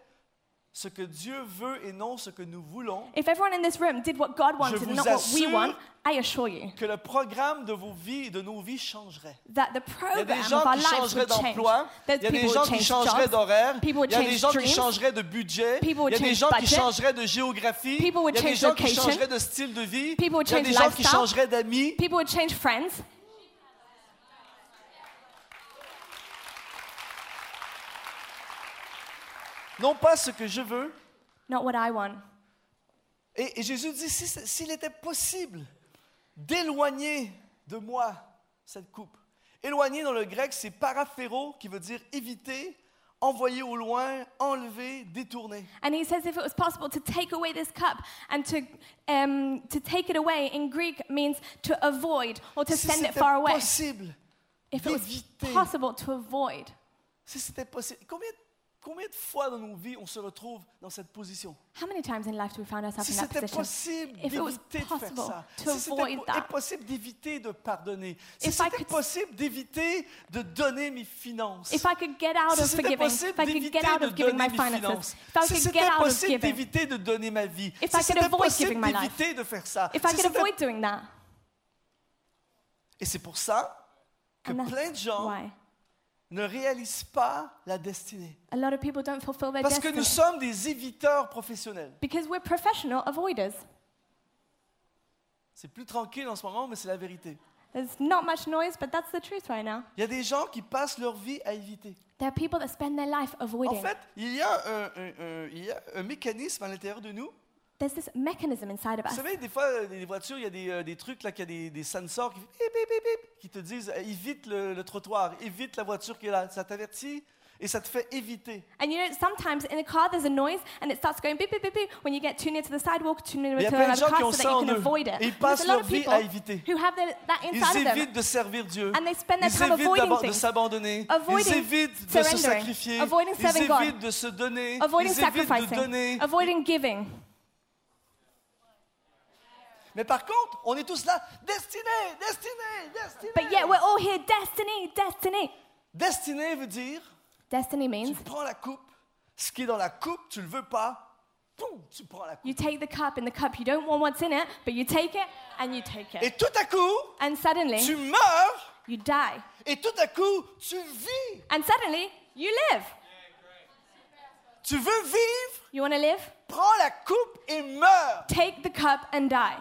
Speaker 2: ce que Dieu veut et non ce que nous voulons,
Speaker 3: if everyone in this room did what God wanted
Speaker 2: vous
Speaker 3: and not what we
Speaker 2: assure-
Speaker 3: want, I assure you
Speaker 2: que le programme de vos vies et de nos vies changerait.
Speaker 3: that the
Speaker 2: Il y a des
Speaker 3: program
Speaker 2: gens
Speaker 3: of our
Speaker 2: qui
Speaker 3: lives
Speaker 2: changeraient
Speaker 3: would change.
Speaker 2: d'emploi,
Speaker 3: There's
Speaker 2: il y a des
Speaker 3: people
Speaker 2: gens
Speaker 3: would
Speaker 2: qui
Speaker 3: change
Speaker 2: changeraient
Speaker 3: jobs,
Speaker 2: d'horaires, il
Speaker 3: people would
Speaker 2: y a des
Speaker 3: change
Speaker 2: gens qui
Speaker 3: dreams,
Speaker 2: changeraient de budget, il
Speaker 3: people would
Speaker 2: y a des
Speaker 3: change
Speaker 2: gens qui
Speaker 3: budget,
Speaker 2: changeraient de géographie, il y
Speaker 3: people would
Speaker 2: a des
Speaker 3: change
Speaker 2: gens qui
Speaker 3: location,
Speaker 2: changeraient de style de vie, il
Speaker 3: people would
Speaker 2: y a des
Speaker 3: change
Speaker 2: gens qui
Speaker 3: lifestyle.
Speaker 2: changeraient d'amis.
Speaker 3: people would change friends.
Speaker 2: Non pas ce que je veux.
Speaker 3: Not what I want.
Speaker 2: Et, et Jésus dit, si- s'il était possible d'éloigner de moi cette coupe. Éloigner dans le grec, c'est paraphéro, qui veut dire éviter, envoyer au loin, enlever, détourner.
Speaker 3: And he says, if it was possible to take away this cup and to, um, to take it away in Greek means to avoid or to
Speaker 2: Si
Speaker 3: send
Speaker 2: c'était
Speaker 3: it far away.
Speaker 2: possible,
Speaker 3: If it was
Speaker 2: d'éviter.
Speaker 3: possible to avoid.
Speaker 2: si c'était possible. Combien, combien de fois dans nos vies on se retrouve dans cette position?
Speaker 3: How many times in life do we find ourselves
Speaker 2: Si
Speaker 3: in that
Speaker 2: c'était
Speaker 3: position?
Speaker 2: possible
Speaker 3: If it was
Speaker 2: d'éviter de faire
Speaker 3: possible
Speaker 2: ça,
Speaker 3: to
Speaker 2: si c'était
Speaker 3: avoid
Speaker 2: po-
Speaker 3: that.
Speaker 2: possible d'éviter de pardonner, si
Speaker 3: If I
Speaker 2: c'était
Speaker 3: could-
Speaker 2: possible d'éviter de donner mes finances,
Speaker 3: If I could get out
Speaker 2: Si
Speaker 3: of
Speaker 2: c'était
Speaker 3: forgiving,
Speaker 2: possible
Speaker 3: if I could
Speaker 2: d'éviter
Speaker 3: get out
Speaker 2: de
Speaker 3: of giving
Speaker 2: donner
Speaker 3: my
Speaker 2: mes
Speaker 3: finances,
Speaker 2: finances,
Speaker 3: if I
Speaker 2: si
Speaker 3: could
Speaker 2: c'était
Speaker 3: get out of
Speaker 2: possible
Speaker 3: giving,
Speaker 2: d'éviter de donner ma vie,
Speaker 3: If I
Speaker 2: si
Speaker 3: could
Speaker 2: c'était
Speaker 3: avoid
Speaker 2: possible
Speaker 3: giving my life,
Speaker 2: d'éviter de faire ça,
Speaker 3: if I
Speaker 2: si
Speaker 3: could
Speaker 2: c'était-
Speaker 3: avoid doing that,
Speaker 2: et c'est pour ça que
Speaker 3: and that's
Speaker 2: plein de gens
Speaker 3: why
Speaker 2: ne réalisent pas la destinée.
Speaker 3: a lot of people don't fulfill their
Speaker 2: Parce que
Speaker 3: destiny
Speaker 2: nous sommes des éviteurs professionnels.
Speaker 3: because we're professional avoiders.
Speaker 2: C'est plus tranquille en ce moment, mais c'est la vérité.
Speaker 3: There's not much noise, but that's the truth right now.
Speaker 2: Il y a des gens qui passent leur vie à éviter.
Speaker 3: There are people that spend their life
Speaker 2: En
Speaker 3: avoiding.
Speaker 2: fait, il y a un, un- un- il y a un mécanisme à l'intérieur de nous.
Speaker 3: There's this mechanism inside of
Speaker 2: Vous
Speaker 3: us.
Speaker 2: savez, des fois, euh, des voitures, il y a des, euh, des trucs, là, qu'il y a des, des sensors qui, bip, bip, bip, bip, qui te disent euh, évite le, le trottoir, évite la voiture qui est là. Ça t'avertit. et ça te fait éviter.
Speaker 3: And you know, sometimes in a car there's a noise and it starts going beep, beep, beep, beep when you get too near to the sidewalk, too near
Speaker 2: Il y
Speaker 3: to
Speaker 2: a plein de
Speaker 3: another
Speaker 2: gens qui
Speaker 3: car
Speaker 2: ont
Speaker 3: so that
Speaker 2: ça
Speaker 3: you
Speaker 2: en
Speaker 3: can
Speaker 2: eux.
Speaker 3: avoid
Speaker 2: Et
Speaker 3: it.
Speaker 2: ils
Speaker 3: And There's
Speaker 2: passent
Speaker 3: a lot
Speaker 2: leur
Speaker 3: of
Speaker 2: vie
Speaker 3: people
Speaker 2: à éviter.
Speaker 3: who have their, that
Speaker 2: Ils
Speaker 3: inside of
Speaker 2: évitent
Speaker 3: them.
Speaker 2: de servir Dieu.
Speaker 3: And they spend
Speaker 2: Ils
Speaker 3: their time
Speaker 2: évitent
Speaker 3: avoiding
Speaker 2: d'abord de
Speaker 3: things.
Speaker 2: s'abandonner. Ils
Speaker 3: Avoiding
Speaker 2: évitent de se
Speaker 3: surrendering.
Speaker 2: sacrifier.
Speaker 3: Avoiding
Speaker 2: Ils
Speaker 3: serving God.
Speaker 2: évitent de se donner.
Speaker 3: Avoiding
Speaker 2: Ils évitent de donner.
Speaker 3: sacrificing, avoiding giving.
Speaker 2: Mais par contre, on est tous là, destiné, destiné, destiné.
Speaker 3: But yet we're all here, destiny, destiny.
Speaker 2: Destiné veut dire,
Speaker 3: Destiny means
Speaker 2: tu prends la coupe, ce qui est dans la coupe, tu le veux pas, poum, tu prends la coupe.
Speaker 3: you take the cup and the cup you don't want what's in it, but you take it and you take
Speaker 2: Et
Speaker 3: it.
Speaker 2: tout à coup,
Speaker 3: And suddenly
Speaker 2: tu meurs,
Speaker 3: you die.
Speaker 2: et tout à coup, tu vis.
Speaker 3: And suddenly you live.
Speaker 2: Tu veux vivre,
Speaker 3: You want to live?
Speaker 2: prends la coupe et meurs.
Speaker 3: Take the cup and die.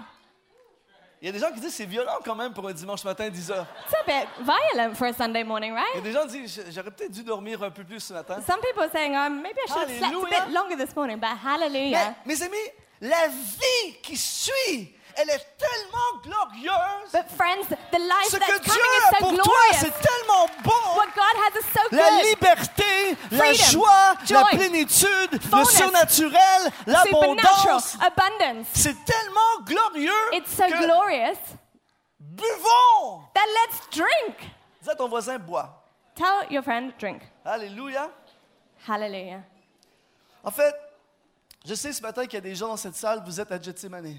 Speaker 2: Il y a des gens qui disent, c'est violent quand même pour un dimanche matin à 10 heures.
Speaker 3: It's a bit violent for a Sunday
Speaker 2: Il
Speaker 3: morning,
Speaker 2: y a
Speaker 3: right?
Speaker 2: des gens qui disent, j'aurais peut-être dû dormir un peu plus ce matin.
Speaker 3: Some people are saying, um, maybe I should have slept a bit
Speaker 2: Hallelujah.
Speaker 3: longer this morning, but hallelujah.
Speaker 2: Mais, mes amis, la vie qui suit, elle est tellement glorieuse.
Speaker 3: But friends, the life
Speaker 2: Ce
Speaker 3: that's
Speaker 2: que Dieu
Speaker 3: coming is
Speaker 2: a
Speaker 3: so
Speaker 2: pour toi,
Speaker 3: glorious.
Speaker 2: c'est tellement bon.
Speaker 3: What God has is so
Speaker 2: La
Speaker 3: good.
Speaker 2: liberté, la
Speaker 3: Freedom,
Speaker 2: joie, la
Speaker 3: joy,
Speaker 2: plénitude, le
Speaker 3: fullness,
Speaker 2: surnaturel,
Speaker 3: Supernatural,
Speaker 2: l'abondance.
Speaker 3: abundance.
Speaker 2: C'est tellement glorieux
Speaker 3: It's so
Speaker 2: que
Speaker 3: glorious
Speaker 2: buvons.
Speaker 3: that let's drink.
Speaker 2: Dis à ton voisin, bois.
Speaker 3: Tell your friend, drink.
Speaker 2: Alléluia.
Speaker 3: Hallelujah.
Speaker 2: En fait, je sais ce matin qu'il y a des gens dans cette salle, vous êtes à Gethsemane.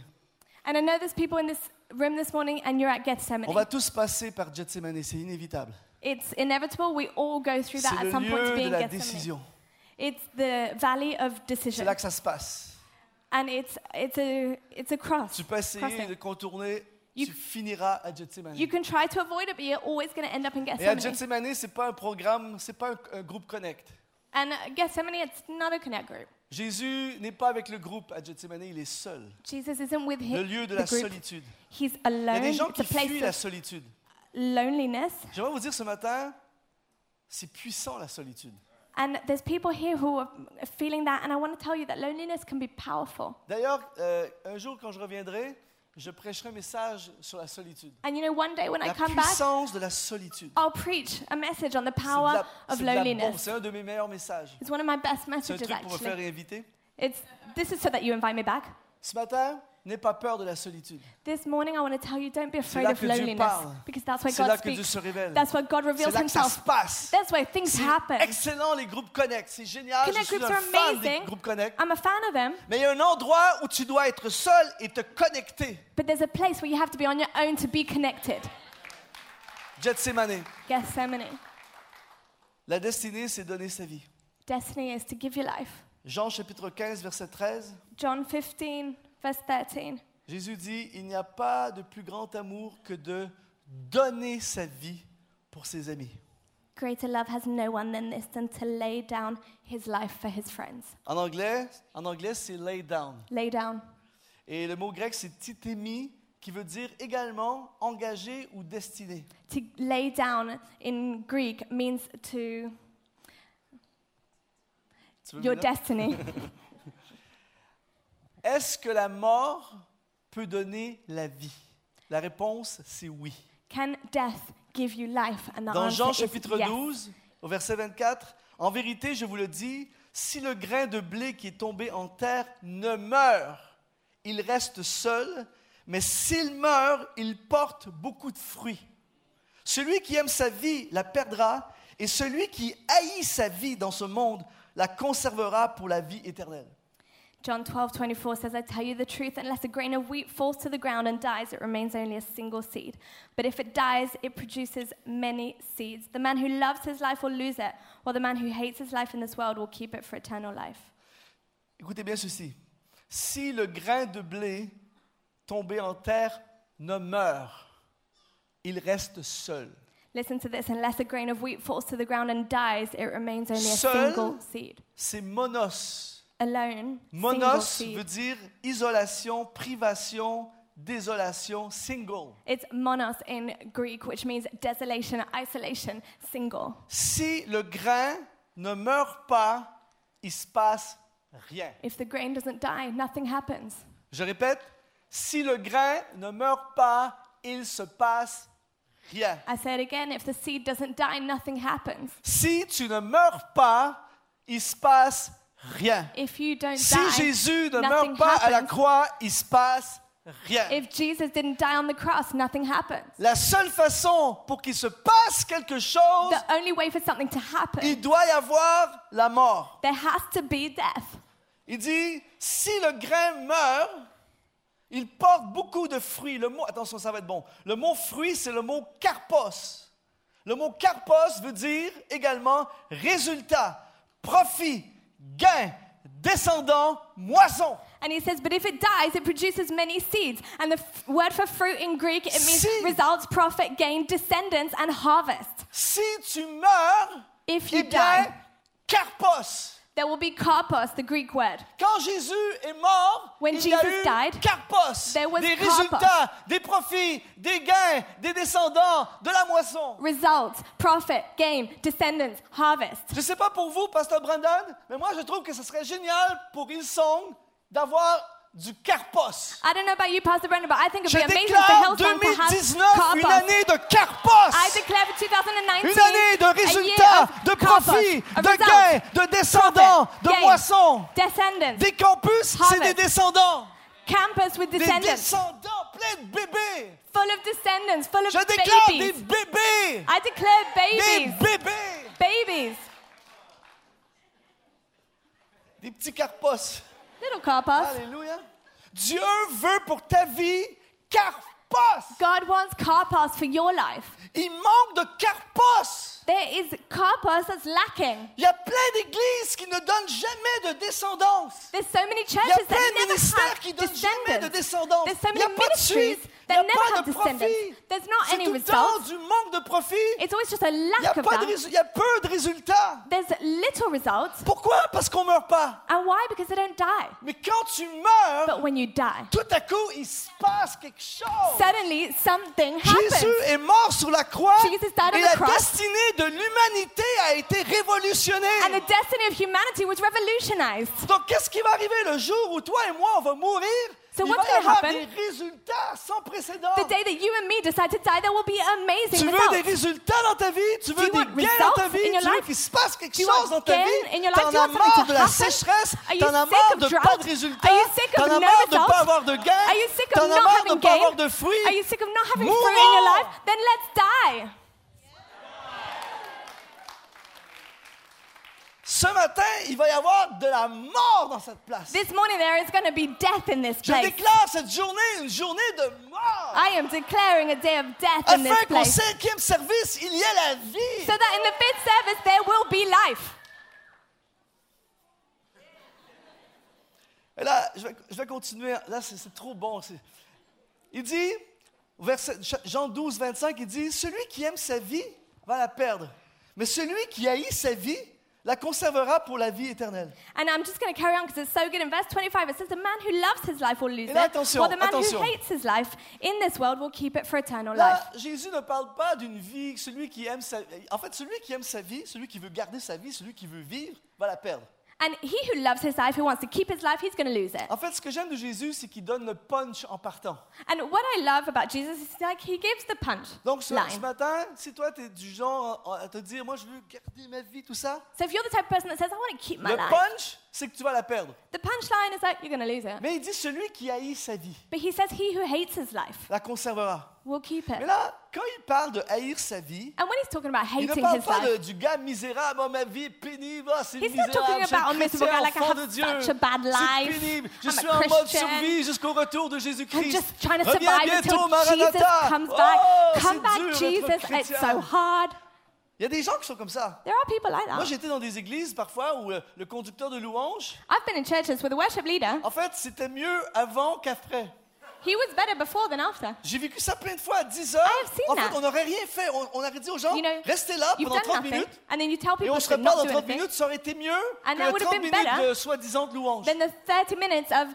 Speaker 3: And I know there's people in this room this morning and you're at Gethsemane.
Speaker 2: On va tous passer par Gethsemane, c'est inévitable.
Speaker 3: It's inevitable. We all go through
Speaker 2: C'est
Speaker 3: that at
Speaker 2: le
Speaker 3: some point to
Speaker 2: lieu de
Speaker 3: being
Speaker 2: la
Speaker 3: Gethsemane.
Speaker 2: décision.
Speaker 3: It's the valley of
Speaker 2: C'est
Speaker 3: decision.
Speaker 2: là que ça se passe.
Speaker 3: And it's, it's, a, it's a cross.
Speaker 2: Tu peux essayer
Speaker 3: crossing.
Speaker 2: de contourner,
Speaker 3: You-
Speaker 2: tu finiras à Gethsemane.
Speaker 3: You can try to avoid it, but you're always going to end up in
Speaker 2: Et à
Speaker 3: Gethsemane.
Speaker 2: Gethsemane, c'est pas un programme, c'est pas un, un groupe connect.
Speaker 3: And uh, Gethsemane, it's not a connect group.
Speaker 2: Jésus n'est pas avec le groupe à Gethsemane, il est seul.
Speaker 3: Jesus isn't with
Speaker 2: Le
Speaker 3: him.
Speaker 2: lieu de
Speaker 3: the
Speaker 2: la
Speaker 3: group.
Speaker 2: solitude.
Speaker 3: He's
Speaker 2: Il y a
Speaker 3: alone.
Speaker 2: des gens
Speaker 3: It's
Speaker 2: qui
Speaker 3: a
Speaker 2: fuient
Speaker 3: place
Speaker 2: la
Speaker 3: of
Speaker 2: solitude.
Speaker 3: loneliness.
Speaker 2: J'aimerais vous dire ce matin, c'est puissant la solitude.
Speaker 3: And there's people here who are feeling that. And I want to tell you that loneliness can be powerful.
Speaker 2: D'ailleurs, euh, un jour quand je reviendrai, je prêcherai un message sur la solitude.
Speaker 3: And you know, one day when I
Speaker 2: La
Speaker 3: come back,
Speaker 2: puissance de la solitude.
Speaker 3: I'll preach a message on the
Speaker 2: C'est de
Speaker 3: power
Speaker 2: la-
Speaker 3: of
Speaker 2: c'est de la bombe,
Speaker 3: loneliness.
Speaker 2: C'est un de mes meilleurs messages.
Speaker 3: It's one of my best
Speaker 2: C'est un
Speaker 3: messages,
Speaker 2: truc pour me faire
Speaker 3: actually.
Speaker 2: réinviter.
Speaker 3: It's, this is so that you invite me back.
Speaker 2: Ce matin, n'aie pas peur de la solitude.
Speaker 3: This morning, I want to tell you don't be afraid
Speaker 2: là
Speaker 3: of
Speaker 2: que Dieu
Speaker 3: loneliness
Speaker 2: parle.
Speaker 3: because that's where
Speaker 2: C'est là
Speaker 3: God
Speaker 2: que Dieu
Speaker 3: speaks.
Speaker 2: se révèle.
Speaker 3: That's where God
Speaker 2: C'est
Speaker 3: reveals
Speaker 2: là que ça se
Speaker 3: Himself.
Speaker 2: passe.
Speaker 3: That's where things
Speaker 2: C'est
Speaker 3: happen.
Speaker 2: excellent les groupes Connect, c'est génial.
Speaker 3: Connect
Speaker 2: je suis
Speaker 3: groups
Speaker 2: un
Speaker 3: are
Speaker 2: fan des
Speaker 3: amazing.
Speaker 2: groupes Connect.
Speaker 3: I'm a fan of them,
Speaker 2: Mais il y a un endroit où tu dois être seul et te connecter.
Speaker 3: but there's a place where you have to be on your own to be connected.
Speaker 2: Gethsemane.
Speaker 3: Gethsemane.
Speaker 2: La destinée, c'est donner sa vie.
Speaker 3: Destiny is to give your life.
Speaker 2: Jean chapitre 15, verset 13.
Speaker 3: John 15, verse 13.
Speaker 2: Jésus dit, il n'y a pas de plus grand amour que de donner sa vie pour ses amis.
Speaker 3: Greater love has no one than this, than to lay down his life for his friends.
Speaker 2: En anglais, en anglais c'est lay down.
Speaker 3: Lay down.
Speaker 2: Et le mot grec, c'est titémi, qui veut dire également engagé ou destiné.
Speaker 3: To lay down in Greek means to
Speaker 2: Tu veux
Speaker 3: your
Speaker 2: venir? *laughs*
Speaker 3: destiny.
Speaker 2: Est-ce que la mort peut donner la vie? La réponse, c'est oui.
Speaker 3: Can death give you life? And the
Speaker 2: Dans
Speaker 3: answer
Speaker 2: Jean
Speaker 3: is
Speaker 2: chapitre
Speaker 3: yes.
Speaker 2: 12, au verset 24, en vérité, je vous le dis, si le grain de blé qui est tombé en terre ne meurt, il reste seul, mais s'il meurt, il porte beaucoup de fruits. Celui qui aime sa vie la perdra, et celui qui haït sa vie dans ce monde la conservera pour la vie éternelle.
Speaker 3: John 12, 24 says, I tell you the truth, unless a grain of wheat falls to the ground and dies, it remains only a single seed. But if it dies, it produces many seeds. The man who loves his life will lose it, while the man who hates his life in this world will keep it for eternal life.
Speaker 2: Écoutez bien ceci. Si le grain de blé tombé en terre ne meurt, il reste seul.
Speaker 3: Listen to this unless a grain of wheat falls to the ground and dies, it remains only a
Speaker 2: Seul.
Speaker 3: single seed.
Speaker 2: C'est monos.
Speaker 3: Alone, single
Speaker 2: Monos veut
Speaker 3: seed.
Speaker 2: dire isolation, privation, désolation, single.
Speaker 3: It's monos in Greek, which means desolation, isolation, single.
Speaker 2: Si le grain ne meurt pas, il se passe rien.
Speaker 3: If the grain doesn't die, nothing happens.
Speaker 2: Je répète, si le grain ne meurt pas, il se passe Rien.
Speaker 3: I say it again if the seed doesn't die, nothing happens.
Speaker 2: Si tu ne meurs pas, il se passe rien.
Speaker 3: If you don't
Speaker 2: Si
Speaker 3: die,
Speaker 2: Jésus ne
Speaker 3: nothing
Speaker 2: meurt pas à la
Speaker 3: happens.
Speaker 2: croix, il se passe rien.
Speaker 3: If Jesus didn't die on the cross, nothing happens.
Speaker 2: La seule façon pour qu'il se passe quelque chose,
Speaker 3: The only way for something to happen,
Speaker 2: il doit y avoir la mort.
Speaker 3: there has to be death.
Speaker 2: Il dit, si le grain meurt, il porte beaucoup de fruits. Le mot, attention, ça va être bon. Le mot fruit, c'est le mot carpos. Le mot carpos veut dire également résultat, profit, gain, descendant, moison.
Speaker 3: And he says, but if it dies, it produces many seeds. And the f- word for fruit in Greek, it means
Speaker 2: Seed.
Speaker 3: results, profit, gain, descendants, and harvest.
Speaker 2: Si tu meurs,
Speaker 3: If you
Speaker 2: eh bien,
Speaker 3: die,
Speaker 2: carpos.
Speaker 3: there will be karpos, the Greek word.
Speaker 2: Quand Jésus est mort,
Speaker 3: When
Speaker 2: il y a
Speaker 3: Jesus
Speaker 2: eu
Speaker 3: died,
Speaker 2: carpos,
Speaker 3: there was
Speaker 2: des
Speaker 3: carpos.
Speaker 2: résultats, des profits, des gains, des descendants, de la moisson.
Speaker 3: Results, profit, gain, descendants, harvest.
Speaker 2: Je ne sais pas pour vous, Pasteur Brandon, mais moi je trouve que ce serait génial pour Hillsong d'avoir du carpos.
Speaker 3: I don't know about you, Pastor Brendan, but I think it
Speaker 2: Je
Speaker 3: would be amazing for
Speaker 2: déclare
Speaker 3: Hillsong to have
Speaker 2: 2019 une
Speaker 3: karpos.
Speaker 2: année de carpos.
Speaker 3: I declare for 2019
Speaker 2: Une année
Speaker 3: a
Speaker 2: de
Speaker 3: year
Speaker 2: résultats,
Speaker 3: of
Speaker 2: de
Speaker 3: karpos,
Speaker 2: profits,
Speaker 3: of
Speaker 2: de
Speaker 3: results,
Speaker 2: gains, de descendants,
Speaker 3: profit,
Speaker 2: de
Speaker 3: gain,
Speaker 2: moissons.
Speaker 3: Descendants.
Speaker 2: Des campus, c'est
Speaker 3: Harvest.
Speaker 2: des descendants.
Speaker 3: campus with
Speaker 2: Des
Speaker 3: descendants.
Speaker 2: descendants pleins de bébés.
Speaker 3: Full of descendants, full of
Speaker 2: Je déclare des
Speaker 3: babies.
Speaker 2: bébés.
Speaker 3: I declare
Speaker 2: Des
Speaker 3: babies.
Speaker 2: bébés.
Speaker 3: babies.
Speaker 2: Des petits carpos.
Speaker 3: Little karpos.
Speaker 2: Alléluia. Dieu veut pour ta vie carpos.
Speaker 3: God wants karpos for your life.
Speaker 2: Il manque de carpos.
Speaker 3: There is karpos that's lacking.
Speaker 2: Il y a plein d'églises qui ne donnent jamais de descendance.
Speaker 3: There's so many
Speaker 2: Il y a
Speaker 3: churches
Speaker 2: plein
Speaker 3: that
Speaker 2: de
Speaker 3: never
Speaker 2: ministères
Speaker 3: have
Speaker 2: qui ne donnent jamais de descendance.
Speaker 3: There's so
Speaker 2: Il n'y a
Speaker 3: many
Speaker 2: pas de
Speaker 3: ministries
Speaker 2: suite. Il n'y a
Speaker 3: that never
Speaker 2: pas
Speaker 3: have
Speaker 2: de profit.
Speaker 3: descendants. There's not
Speaker 2: C'est
Speaker 3: any
Speaker 2: tout le temps
Speaker 3: results.
Speaker 2: du manque de profit.
Speaker 3: It's always just a
Speaker 2: Il y a,
Speaker 3: lack of
Speaker 2: pas de
Speaker 3: that.
Speaker 2: résu- il y a peu de résultats.
Speaker 3: There's little results.
Speaker 2: Pourquoi? Parce qu'on ne meurt pas.
Speaker 3: And why? Because they don't die.
Speaker 2: Mais quand tu meurs,
Speaker 3: But when you die,
Speaker 2: tout à coup, il se passe quelque chose.
Speaker 3: suddenly something
Speaker 2: Jésus
Speaker 3: happens.
Speaker 2: est mort sur la croix
Speaker 3: Jesus died on
Speaker 2: et
Speaker 3: the
Speaker 2: la
Speaker 3: cross.
Speaker 2: destinée de l'humanité a été
Speaker 3: And the
Speaker 2: révolutionnée.
Speaker 3: destiny of humanity was revolutionized.
Speaker 2: Donc, qu'est-ce qui va arriver le jour où toi et moi, on va mourir?
Speaker 3: So
Speaker 2: Il va
Speaker 3: what's
Speaker 2: y
Speaker 3: gonna
Speaker 2: avoir
Speaker 3: happen?
Speaker 2: des résultats sans précédent.
Speaker 3: The day that you and me decide to die, there will be
Speaker 2: Tu
Speaker 3: amazing
Speaker 2: veux des
Speaker 3: results.
Speaker 2: résultats dans ta vie? Tu veux
Speaker 3: you want
Speaker 2: des gains dans ta
Speaker 3: results
Speaker 2: vie?
Speaker 3: in your
Speaker 2: Tu veux
Speaker 3: life?
Speaker 2: qu'il se passe quelque
Speaker 3: Do you
Speaker 2: chose
Speaker 3: want
Speaker 2: dans ta
Speaker 3: gain
Speaker 2: vie?
Speaker 3: in your life?
Speaker 2: T'en
Speaker 3: Do
Speaker 2: as
Speaker 3: you want something
Speaker 2: marre
Speaker 3: to
Speaker 2: de la
Speaker 3: happen?
Speaker 2: sécheresse?
Speaker 3: Are you
Speaker 2: T'en as
Speaker 3: sick
Speaker 2: marre
Speaker 3: of
Speaker 2: de
Speaker 3: drought?
Speaker 2: pas de résultats?
Speaker 3: Are you sick
Speaker 2: T'en
Speaker 3: of
Speaker 2: as
Speaker 3: no
Speaker 2: marre de
Speaker 3: results?
Speaker 2: pas avoir de gains?
Speaker 3: Are you sick
Speaker 2: T'en
Speaker 3: of
Speaker 2: as
Speaker 3: not
Speaker 2: marre de
Speaker 3: having
Speaker 2: pas avoir de
Speaker 3: gain?
Speaker 2: fruits?
Speaker 3: Are you sick of not having
Speaker 2: Move
Speaker 3: fruit in your
Speaker 2: on.
Speaker 3: life? Then let's die.
Speaker 2: Ce matin, il va y avoir de la mort dans cette place.
Speaker 3: This morning there is going to be death in this
Speaker 2: Je
Speaker 3: place.
Speaker 2: déclare cette journée une journée de mort.
Speaker 3: I am declaring a day of death in this
Speaker 2: afin qu'au
Speaker 3: place.
Speaker 2: cinquième service, il y ait la vie.
Speaker 3: So that in the fifth service there will be life.
Speaker 2: Et là, je vais, je vais continuer. Là, c'est c'est trop bon. c'est- Il dit, au verset, Jean 12, 25, il dit, Celui qui aime sa vie va la perdre, mais celui qui haït sa vie la conservera pour la vie éternelle.
Speaker 3: And I'm just going to carry on because it's so good. In verse 25, it says, The man who loves his life will lose
Speaker 2: Et là,
Speaker 3: it,
Speaker 2: Eh, attention,
Speaker 3: while the man
Speaker 2: attention. Eh.
Speaker 3: who hates his life in this world will keep it for eternal life.
Speaker 2: Là, Jésus ne parle pas d'une vie, celui qui aime sa En fait, celui qui aime sa vie, celui qui veut garder sa vie, celui qui veut vivre, va la perdre.
Speaker 3: And he who loves his life, who wants to keep his life, he's going to lose it.
Speaker 2: En fait, ce que j'aime de Jésus, c'est qu'il donne le punch en partant.
Speaker 3: And what I love about Jesus is like he gives the punch
Speaker 2: Donc ce, ce
Speaker 3: line.
Speaker 2: matin, si toi tu es du genre à à te dire moi je veux garder ma vie tout ça,
Speaker 3: So if you're the type of person that says, I want to keep my
Speaker 2: le
Speaker 3: life,
Speaker 2: punch c'est que tu vas la perdre.
Speaker 3: the punch line is like, you're going to lose it.
Speaker 2: Mais il dit celui qui haït sa vie
Speaker 3: But he says, he who hates his life
Speaker 2: la conservera.
Speaker 3: will keep it.
Speaker 2: Mais là, quand il parle de haïr sa vie,
Speaker 3: And when he's talking about
Speaker 2: il ne
Speaker 3: hating
Speaker 2: parle
Speaker 3: his
Speaker 2: pas de-
Speaker 3: life,
Speaker 2: du gars misérable, oh, ma vie est pénible, oh, c'est
Speaker 3: He's not
Speaker 2: misérable,
Speaker 3: talking
Speaker 2: je suis
Speaker 3: about a miserable
Speaker 2: chrétien,
Speaker 3: guy like I
Speaker 2: enfant
Speaker 3: have
Speaker 2: de Dieu,
Speaker 3: such a bad
Speaker 2: c'est
Speaker 3: life,
Speaker 2: pénible, je
Speaker 3: I'm a
Speaker 2: suis en mode
Speaker 3: Christian.
Speaker 2: survie jusqu'au retour de Jésus-Christ.
Speaker 3: I'm just trying to
Speaker 2: Reviens
Speaker 3: survive
Speaker 2: bientôt,
Speaker 3: until Jesus
Speaker 2: Maranatha.
Speaker 3: comes back.
Speaker 2: Oh,
Speaker 3: Come
Speaker 2: c'est
Speaker 3: back,
Speaker 2: dur d'être
Speaker 3: Jesus. It's
Speaker 2: chrétien.
Speaker 3: so hard.
Speaker 2: Il y a des gens qui sont comme ça.
Speaker 3: There are people like
Speaker 2: Moi,
Speaker 3: that.
Speaker 2: j'étais dans des églises parfois où euh, le conducteur de louange
Speaker 3: I've been in churches with a worship leader.
Speaker 2: En fait, c'était mieux avant qu'après.
Speaker 3: He was better before than after.
Speaker 2: J'ai vécu ça plein de fois à 10 heures.
Speaker 3: I have seen
Speaker 2: En fait,
Speaker 3: that.
Speaker 2: on n'aurait rien fait. On, on aurait dit aux gens,
Speaker 3: You know,
Speaker 2: restez là
Speaker 3: you've
Speaker 2: pendant
Speaker 3: done
Speaker 2: 30
Speaker 3: nothing,
Speaker 2: minutes.
Speaker 3: and then you tell
Speaker 2: Et
Speaker 3: people
Speaker 2: on
Speaker 3: to
Speaker 2: se
Speaker 3: not
Speaker 2: reparle dans
Speaker 3: do
Speaker 2: 30
Speaker 3: anything.
Speaker 2: minutes, ça aurait été mieux
Speaker 3: And that
Speaker 2: que
Speaker 3: would have
Speaker 2: 30
Speaker 3: been
Speaker 2: minutes
Speaker 3: better.
Speaker 2: de soi-disant de louange.
Speaker 3: Then the 30 minutes of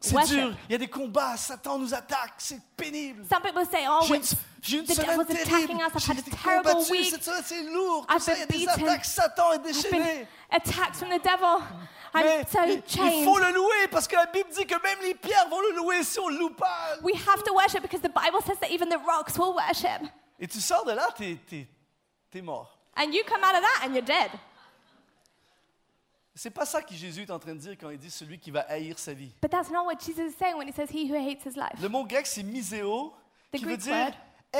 Speaker 2: C'est dur,
Speaker 3: worship.
Speaker 2: il y a des combats, Satan nous attaque, c'est pénible.
Speaker 3: Some people say, "Oh,
Speaker 2: J'ai une,
Speaker 3: it's-
Speaker 2: j'ai une
Speaker 3: the
Speaker 2: semaine
Speaker 3: devil's attacking
Speaker 2: terrible,
Speaker 3: us. I've
Speaker 2: j'ai
Speaker 3: had a
Speaker 2: été
Speaker 3: terrible
Speaker 2: combattu,
Speaker 3: week.
Speaker 2: cette semaine, c'est lourd, tout
Speaker 3: I've
Speaker 2: ça, il y a
Speaker 3: been
Speaker 2: des
Speaker 3: beaten.
Speaker 2: attaques, Satan est
Speaker 3: I've been
Speaker 2: déchaîné.
Speaker 3: attacked from the devil.
Speaker 2: Mais
Speaker 3: I'm so
Speaker 2: il, il faut
Speaker 3: changed."
Speaker 2: le louer, parce que la Bible dit que même les pierres vont le louer si on ne le loue pas.
Speaker 3: We have to worship because the Bible says that even the rocks will worship.
Speaker 2: Et tu sors de là, t'es, t'es, t'es mort.
Speaker 3: And you come out of that and you're dead.
Speaker 2: C'est pas ça que Jésus est en train de dire quand il dit celui qui va haïr sa vie.
Speaker 3: But that's not what Jesus is saying when he says, He who hates his life
Speaker 2: Le mot grec, c'est miséo,
Speaker 3: The
Speaker 2: qui veut
Speaker 3: Greek
Speaker 2: dire
Speaker 3: word.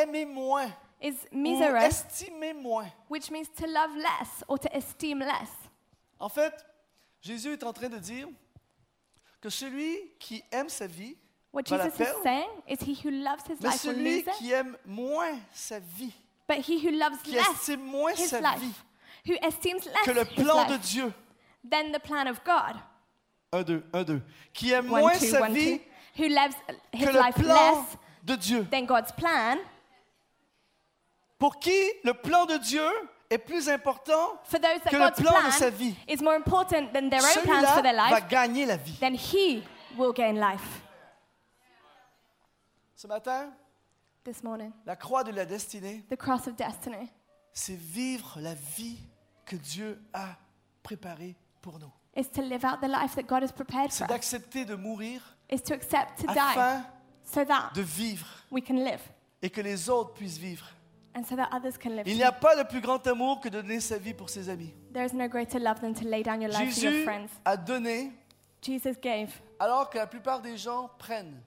Speaker 2: aimer moins,
Speaker 3: is
Speaker 2: ou
Speaker 3: misero,
Speaker 2: estimer moins.
Speaker 3: which means to love less or to esteem less.
Speaker 2: En fait, Jésus est en train de dire que celui qui aime sa vie,
Speaker 3: What
Speaker 2: Va la
Speaker 3: Jesus is
Speaker 2: perdre.
Speaker 3: saying is, He who loves his
Speaker 2: mais
Speaker 3: life will
Speaker 2: celui
Speaker 3: lose
Speaker 2: qui
Speaker 3: it,
Speaker 2: aime moins sa vie,
Speaker 3: but he who loves
Speaker 2: qui
Speaker 3: less
Speaker 2: estime moins
Speaker 3: his
Speaker 2: sa vie
Speaker 3: life, who esteems
Speaker 2: que le
Speaker 3: less his
Speaker 2: plan de
Speaker 3: life,
Speaker 2: Dieu,
Speaker 3: than the plan of God.
Speaker 2: un, deux, un, deux, qui aime
Speaker 3: One,
Speaker 2: moins
Speaker 3: two,
Speaker 2: sa
Speaker 3: one,
Speaker 2: vie
Speaker 3: two. Who loves
Speaker 2: que
Speaker 3: his
Speaker 2: le
Speaker 3: life
Speaker 2: plan
Speaker 3: less
Speaker 2: de Dieu.
Speaker 3: than God's plan.
Speaker 2: Pour qui le plan de Dieu est plus important,
Speaker 3: For those that
Speaker 2: Que le
Speaker 3: God's
Speaker 2: plan de sa
Speaker 3: plan
Speaker 2: vie.
Speaker 3: is more important than their own plans
Speaker 2: celui-là
Speaker 3: for their
Speaker 2: va
Speaker 3: life,
Speaker 2: gagner la vie.
Speaker 3: then he will gain life.
Speaker 2: Ce matin,
Speaker 3: This morning,
Speaker 2: la croix de la destinée,
Speaker 3: the cross of destiny
Speaker 2: c'est vivre la vie que Dieu a préparée pour nous.
Speaker 3: is to live out the life that God has prepared
Speaker 2: C'est
Speaker 3: for us,
Speaker 2: d'accepter de mourir
Speaker 3: is to accept to die
Speaker 2: afin
Speaker 3: so that
Speaker 2: de vivre
Speaker 3: we can live
Speaker 2: et que les autres puissent vivre.
Speaker 3: and so that others can live.
Speaker 2: Il
Speaker 3: too.
Speaker 2: n'y a pas de plus grand amour que de donner sa vie pour ses amis.
Speaker 3: There is no greater love than to lay down your life for your
Speaker 2: Jésus
Speaker 3: friends.
Speaker 2: a donné
Speaker 3: Jesus gave,
Speaker 2: alors que la plupart des gens prennent.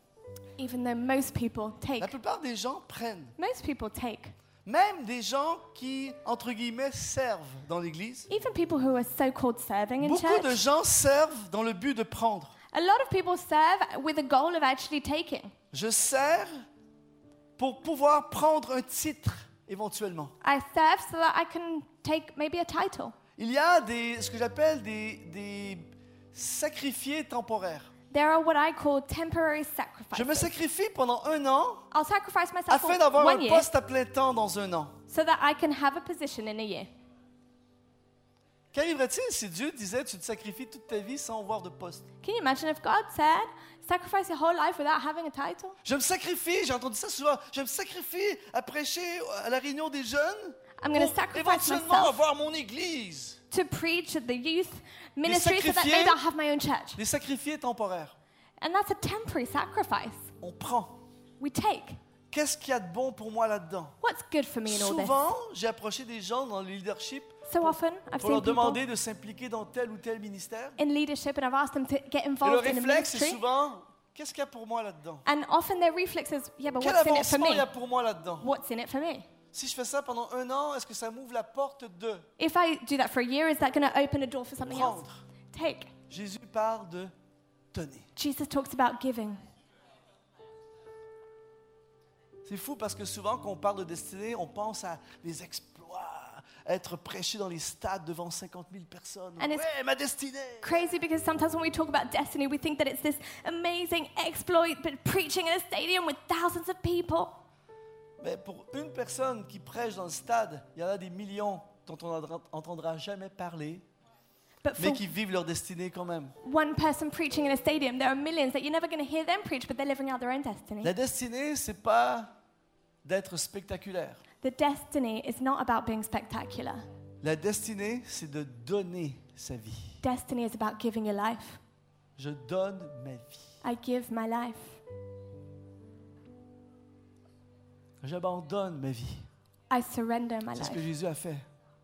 Speaker 3: even though most people take.
Speaker 2: La plupart des gens prennent.
Speaker 3: Most people take.
Speaker 2: Même des gens qui, entre guillemets, servent dans l'Église.
Speaker 3: Even people who are so called serving in
Speaker 2: Beaucoup de
Speaker 3: church.
Speaker 2: gens servent dans le but de prendre.
Speaker 3: A lot of people serve with the goal of actually taking.
Speaker 2: Je sers pour pouvoir prendre un titre éventuellement.
Speaker 3: I serve so that I can take maybe a title.
Speaker 2: Il y a des, ce que j'appelle des, des sacrifiés temporaires.
Speaker 3: There are what I call temporary
Speaker 2: Je me
Speaker 3: sacrifices.
Speaker 2: sacrifie pendant un an
Speaker 3: I'll sacrifice myself
Speaker 2: afin
Speaker 3: for
Speaker 2: d'avoir
Speaker 3: one
Speaker 2: un
Speaker 3: year
Speaker 2: poste à plein temps dans un an.
Speaker 3: so that I can have a position in a year.
Speaker 2: Qu'arriverait-il si Dieu disait tu te sacrifies toute ta vie sans avoir de poste
Speaker 3: Can you imagine if God said, sacrifice your whole life without having a title?
Speaker 2: Je me sacrifie, j'ai entendu ça souvent, je me sacrifie à prêcher à la réunion des jeunes
Speaker 3: I'm gonna
Speaker 2: pour
Speaker 3: sacrifice
Speaker 2: éventuellement
Speaker 3: myself.
Speaker 2: avoir mon église.
Speaker 3: To preach at the youth ministry so that they
Speaker 2: sacrifiés.
Speaker 3: don't have my own church.
Speaker 2: Des sacrifiés temporaires.
Speaker 3: And that's a temporary sacrifice.
Speaker 2: On prend.
Speaker 3: We take.
Speaker 2: Qu'est-ce qu'il y a de bon pour moi là-dedans
Speaker 3: What's good for me in all this?
Speaker 2: Souvent, j'ai approché des gens dans le leadership
Speaker 3: So often, I've
Speaker 2: pour leur
Speaker 3: seen people
Speaker 2: demander de s'impliquer dans tel ou tel ministère.
Speaker 3: in leadership and I've asked them to get
Speaker 2: Et le
Speaker 3: involved in a
Speaker 2: réflexe est
Speaker 3: ministry.
Speaker 2: souvent qu'est-ce qu'il y a pour moi là-dedans
Speaker 3: And often their reflex is, yeah, but
Speaker 2: Quel
Speaker 3: what's in it for
Speaker 2: avancement il
Speaker 3: me?
Speaker 2: y a pour moi là-dedans
Speaker 3: What's in it for me?
Speaker 2: Si je fais ça pendant un an, est-ce que ça m'ouvre la porte de
Speaker 3: If I do that for a year, is that going to open a door for something else?
Speaker 2: prendre
Speaker 3: Take.
Speaker 2: Jésus parle de donner.
Speaker 3: Jesus talks about giving.
Speaker 2: C'est fou parce que souvent, quand on parle de destinée, on pense à les exploits, être prêché dans les stades devant 50 000 personnes.
Speaker 3: And it's-
Speaker 2: ouais, ma destinée!
Speaker 3: Crazy because sometimes when we talk about destiny, we think that it's this amazing exploit, but preaching in a stadium with thousands of people.
Speaker 2: Mais pour une personne qui prêche dans le stade, il y en a des millions dont on n'entendra jamais parler,
Speaker 3: But for
Speaker 2: mais qui vivent leur destinée quand même.
Speaker 3: one person preaching in a stadium, there are millions that you're never going to hear them preach, but they're living out their own destiny.
Speaker 2: La destinée, c'est pas d'être spectaculaire.
Speaker 3: the destiny is not about being spectacular.
Speaker 2: La destinée, c'est de donner sa vie.
Speaker 3: Destiny is about giving your life.
Speaker 2: Je donne ma vie.
Speaker 3: I give my life.
Speaker 2: J'abandonne ma vie.
Speaker 3: I surrender my
Speaker 2: C'est ce
Speaker 3: life.
Speaker 2: que Jésus a fait.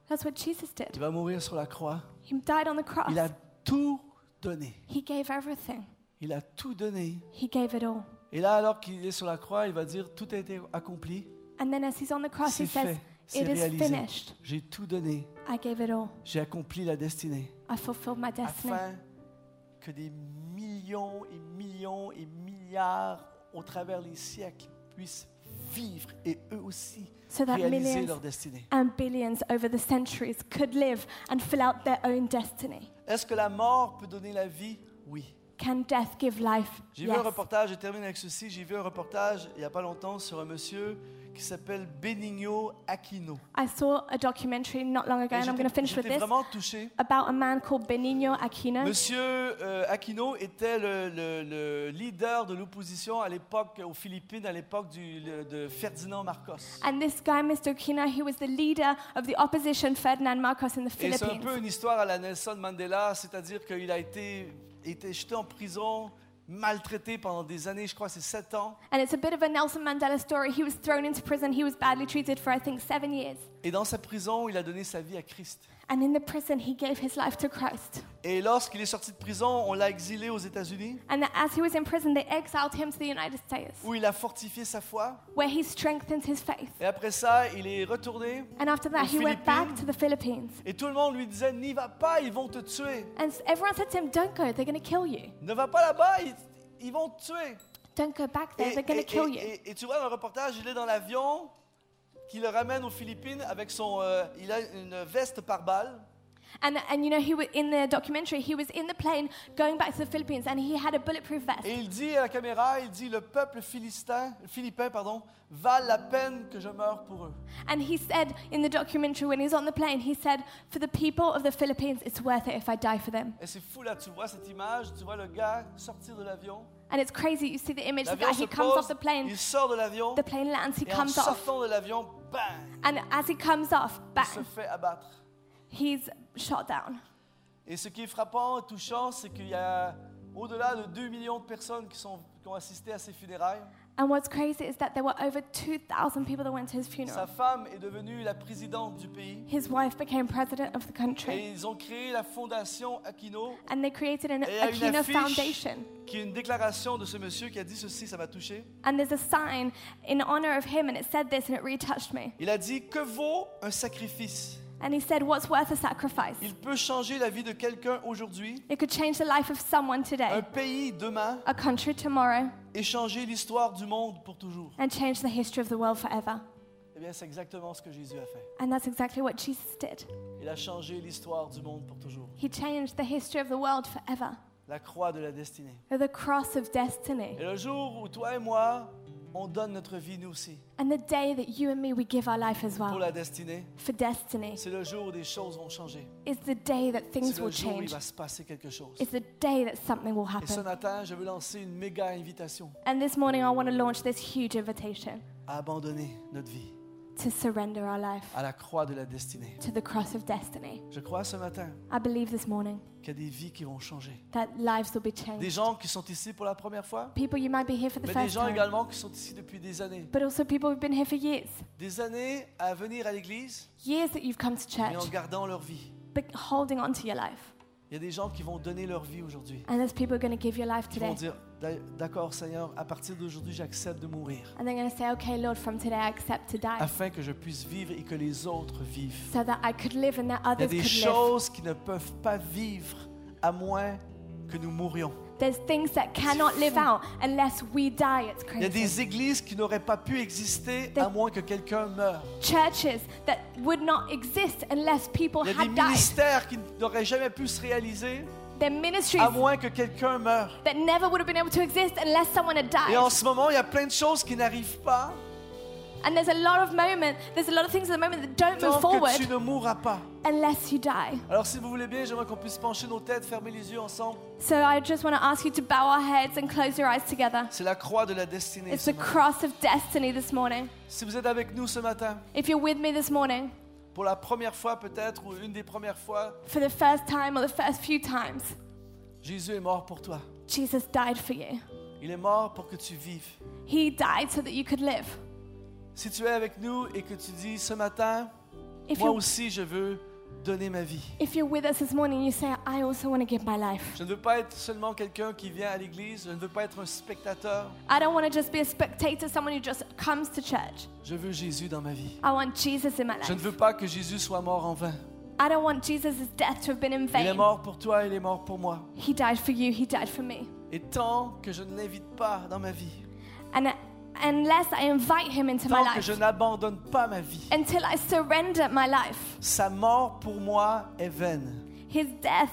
Speaker 3: That's what Jesus
Speaker 2: Il
Speaker 3: did.
Speaker 2: va mourir sur la croix.
Speaker 3: He died on the
Speaker 2: Il a
Speaker 3: cross.
Speaker 2: tout donné.
Speaker 3: He gave everything.
Speaker 2: Il a tout donné.
Speaker 3: He gave it all.
Speaker 2: Et là, alors qu'il est sur la croix, il va dire Tout a été accompli.
Speaker 3: And then as he's on the cross,
Speaker 2: C'est
Speaker 3: he says,
Speaker 2: fait. C'est
Speaker 3: Ah, It is
Speaker 2: réalisé.
Speaker 3: finished.
Speaker 2: J'ai tout donné.
Speaker 3: I gave it all.
Speaker 2: J'ai accompli la destinée.
Speaker 3: I fulfilled my destiny.
Speaker 2: Afin que des millions et millions et milliards au travers les siècles puissent vivre et eux aussi
Speaker 3: So that
Speaker 2: réaliser
Speaker 3: millions-
Speaker 2: leur destinée.
Speaker 3: And billions over the centuries could live and fill out their own destiny.
Speaker 2: Est-ce que la mort peut donner la vie Oui.
Speaker 3: Can death give life?
Speaker 2: J'ai vu un
Speaker 3: Yes.
Speaker 2: reportage, je termine avec ceci, j'ai vu un reportage il n'y a pas longtemps sur un monsieur qui s'appelle Benigno Aquino.
Speaker 3: I saw a documentary not long ago,
Speaker 2: Et
Speaker 3: and I'm
Speaker 2: J'étais
Speaker 3: going to finish with
Speaker 2: j'étais
Speaker 3: this, Hein?
Speaker 2: vraiment touché.
Speaker 3: about a man called Benigno Aquino.
Speaker 2: Monsieur euh, Aquino était le, le- le leader de l'opposition à l'époque aux Philippines, à l'époque du- le- de Ferdinand Marcos.
Speaker 3: And this guy, Mr. Aquino, he was the leader of the opposition, Ferdinand Marcos, in the
Speaker 2: Et c'est un
Speaker 3: Philippines.
Speaker 2: peu une histoire à la Nelson Mandela, c'est-à-dire qu'il a été, été jeté en prison, maltraité pendant des années, je crois que c'est sept ans.
Speaker 3: And it's a bit of a Nelson Mandela story. He was thrown into prison. He was badly treated for, I think, seven years.
Speaker 2: Et dans sa prison, il a donné sa vie à Christ.
Speaker 3: And in the prison, he gave his life to Christ.
Speaker 2: Et lorsqu'il est sorti de prison, on l'a exilé aux États-Unis,
Speaker 3: And that as he was in prison, they exiled him to the United States,
Speaker 2: où il a fortifié sa foi.
Speaker 3: where he strengthened his faith.
Speaker 2: Et après ça, il est retourné.
Speaker 3: And after that,
Speaker 2: Aux
Speaker 3: he went back
Speaker 2: Philippines.
Speaker 3: to the Philippines.
Speaker 2: Et tout le monde lui disait, n'y va pas, ils vont te tuer.
Speaker 3: And s- everyone said to him, Don't go, they're going to kill you.
Speaker 2: Ne va pas là-bas, ils, ils vont te tuer.
Speaker 3: Don't go back there,
Speaker 2: Et,
Speaker 3: they're going to
Speaker 2: et-
Speaker 3: kill
Speaker 2: et-
Speaker 3: you.
Speaker 2: et- et tu vois dans le reportage, il est dans l'avion qui le ramène aux Philippines avec son, euh, il a une veste par balle.
Speaker 3: And, and you know, he was in the documentary, he was in the plane going back to the Philippines and he had a bulletproof vest.
Speaker 2: Et il dit à la caméra, il dit le peuple philistin, philippin pardon, valent la peine que je meure pour eux.
Speaker 3: And he said in the documentary when he's on the plane, he said, For the people of the Philippines, it's worth it if I die for them.
Speaker 2: Et c'est fou là, tu vois cette image, tu vois le gars sortir de l'avion.
Speaker 3: And it's crazy, you see the image of
Speaker 2: L'avion
Speaker 3: that.
Speaker 2: se
Speaker 3: He comes
Speaker 2: pose,
Speaker 3: off the plane,
Speaker 2: il sort de l'avion
Speaker 3: the plane lands, he
Speaker 2: et en
Speaker 3: comes off.
Speaker 2: sortant de l'avion, bang,
Speaker 3: And as he comes off,
Speaker 2: il se
Speaker 3: bang,
Speaker 2: fait abattre.
Speaker 3: he's shot down.
Speaker 2: Et ce qui est frappant et touchant, c'est qu'il y a au-delà de 2 millions de personnes qui, sont, qui ont assisté à ses funérailles.
Speaker 3: And what's crazy is that there were over 2,000 people that went to his
Speaker 2: Sa
Speaker 3: funeral.
Speaker 2: femme est devenue la présidente du pays.
Speaker 3: His wife became president of the country.
Speaker 2: Et ils ont créé la fondation Aquino,
Speaker 3: And they created an
Speaker 2: Et il y a une
Speaker 3: Aquino
Speaker 2: affiche.
Speaker 3: Foundation.
Speaker 2: qui est une déclaration de ce monsieur qui a dit ceci, ça m'a touché.
Speaker 3: And there's a sign in honor of him, and it said this, and it really touched me.
Speaker 2: Il a dit Que vaut un sacrifice
Speaker 3: And he said, What's worth a sacrifice?
Speaker 2: Il peut changer la vie de quelqu'un aujourd'hui,
Speaker 3: It could change the life of someone
Speaker 2: un
Speaker 3: today,
Speaker 2: pays demain,
Speaker 3: a country tomorrow,
Speaker 2: et changer l'histoire du monde pour toujours.
Speaker 3: and change the history of the world forever.
Speaker 2: Eh bien, c'est exactement ce que Jésus a fait.
Speaker 3: And that's exactly what Jesus did.
Speaker 2: Il a changé l'histoire du monde pour toujours.
Speaker 3: He changed the history of the world forever.
Speaker 2: La croix de la destinée.
Speaker 3: The cross of destiny.
Speaker 2: Et le jour où toi et moi, on donne notre vie nous aussi
Speaker 3: And the day that you and me, we give our life as
Speaker 2: pour
Speaker 3: well
Speaker 2: la destinée,
Speaker 3: for destiny
Speaker 2: c'est le jour où des choses vont changer.
Speaker 3: is the day that
Speaker 2: C'est
Speaker 3: things
Speaker 2: le
Speaker 3: will
Speaker 2: jour où il
Speaker 3: change.
Speaker 2: va se passer quelque chose.
Speaker 3: It's the day that something will
Speaker 2: Et ce
Speaker 3: happen.
Speaker 2: matin, je veux lancer une méga invitation
Speaker 3: And this morning, I want to launch this huge invitation
Speaker 2: à abandonner notre vie
Speaker 3: to surrender our life
Speaker 2: à la croix de la destinée.
Speaker 3: to the cross of destiny.
Speaker 2: Je crois ce matin
Speaker 3: I believe this morning
Speaker 2: qu'il y a des vies qui vont changer.
Speaker 3: that lives will be
Speaker 2: Des
Speaker 3: changed.
Speaker 2: gens qui sont ici pour la première fois,
Speaker 3: People, you might be here for the
Speaker 2: mais des
Speaker 3: first
Speaker 2: gens
Speaker 3: time,
Speaker 2: également qui sont ici depuis des années.
Speaker 3: but also people who've been here for years.
Speaker 2: Des années à venir à l'église,
Speaker 3: Years that you've come to
Speaker 2: mais en
Speaker 3: church,
Speaker 2: gardant leur vie.
Speaker 3: but holding on to your life.
Speaker 2: Il y a des gens qui vont donner leur vie aujourd'hui.
Speaker 3: And there's people going to give your life
Speaker 2: Qui vont
Speaker 3: today.
Speaker 2: dire, d'accord Seigneur, à partir d'aujourd'hui, j'accepte de mourir
Speaker 3: And they're going to say, okay, Lord, from today I accept to die
Speaker 2: afin que je puisse vivre et que les autres vivent.
Speaker 3: so that I could live and that
Speaker 2: Il y a
Speaker 3: others
Speaker 2: des
Speaker 3: could live.
Speaker 2: choses qui ne peuvent pas vivre à moins que nous mourions.
Speaker 3: There's things that cannot live out unless we die. It's
Speaker 2: Il y a
Speaker 3: crazy.
Speaker 2: des églises qui n'auraient pas pu exister
Speaker 3: Des-
Speaker 2: à moins que quelqu'un meure.
Speaker 3: Churches that would not exist unless people
Speaker 2: Il y a des
Speaker 3: had died.
Speaker 2: ministères qui n'auraient jamais pu se réaliser
Speaker 3: Their ministries
Speaker 2: à moins que quelqu'un meure.
Speaker 3: that never would have been able to exist unless someone had
Speaker 2: Et en
Speaker 3: died.
Speaker 2: ce moment, il y a plein de choses qui n'arrivent pas
Speaker 3: And there's a lot of moment, there's a lot of things at the moment that don't
Speaker 2: tant
Speaker 3: move
Speaker 2: que tu
Speaker 3: forward
Speaker 2: ne mourras pas.
Speaker 3: unless you die.
Speaker 2: Alors si vous voulez bien, j'aimerais qu'on puisse pencher nos têtes, fermer les yeux ensemble.
Speaker 3: So I just want to ask you to bow our heads and close your eyes together.
Speaker 2: C'est la croix de la destinée.
Speaker 3: It's
Speaker 2: ce
Speaker 3: the
Speaker 2: matin.
Speaker 3: cross of destiny this morning.
Speaker 2: Si vous êtes avec nous ce matin,
Speaker 3: If you're with me this morning
Speaker 2: pour la première fois peut-être, ou une des premières fois,
Speaker 3: for the first time or the first few times,
Speaker 2: Jésus est mort pour toi.
Speaker 3: Jesus died for you.
Speaker 2: Il est mort pour que tu vives.
Speaker 3: He died so that you could live.
Speaker 2: Si tu es avec nous et que tu dis ce matin,
Speaker 3: If
Speaker 2: moi
Speaker 3: you're,
Speaker 2: aussi je veux donner ma vie.
Speaker 3: if you're with us this morning, you say, I also want to give my life.
Speaker 2: Je ne veux pas être seulement quelqu'un qui vient à l'église, je ne veux pas être un spectateur,
Speaker 3: I don't want to just be a spectator, someone who just comes to church.
Speaker 2: je veux Jésus dans ma vie.
Speaker 3: I want Jesus in my
Speaker 2: Je ne
Speaker 3: life.
Speaker 2: veux pas que Jésus soit mort en vain.
Speaker 3: I don't want Jesus' death to have been in
Speaker 2: Il est
Speaker 3: vain.
Speaker 2: mort pour toi, il est mort pour moi.
Speaker 3: He died for you, He died for me.
Speaker 2: Et tant que je ne l'invite pas dans ma vie,
Speaker 3: And unless I invite Him into my
Speaker 2: tant que
Speaker 3: life,
Speaker 2: je n'abandonne pas ma vie,
Speaker 3: until I surrender my life,
Speaker 2: sa mort pour moi est vaine.
Speaker 3: His death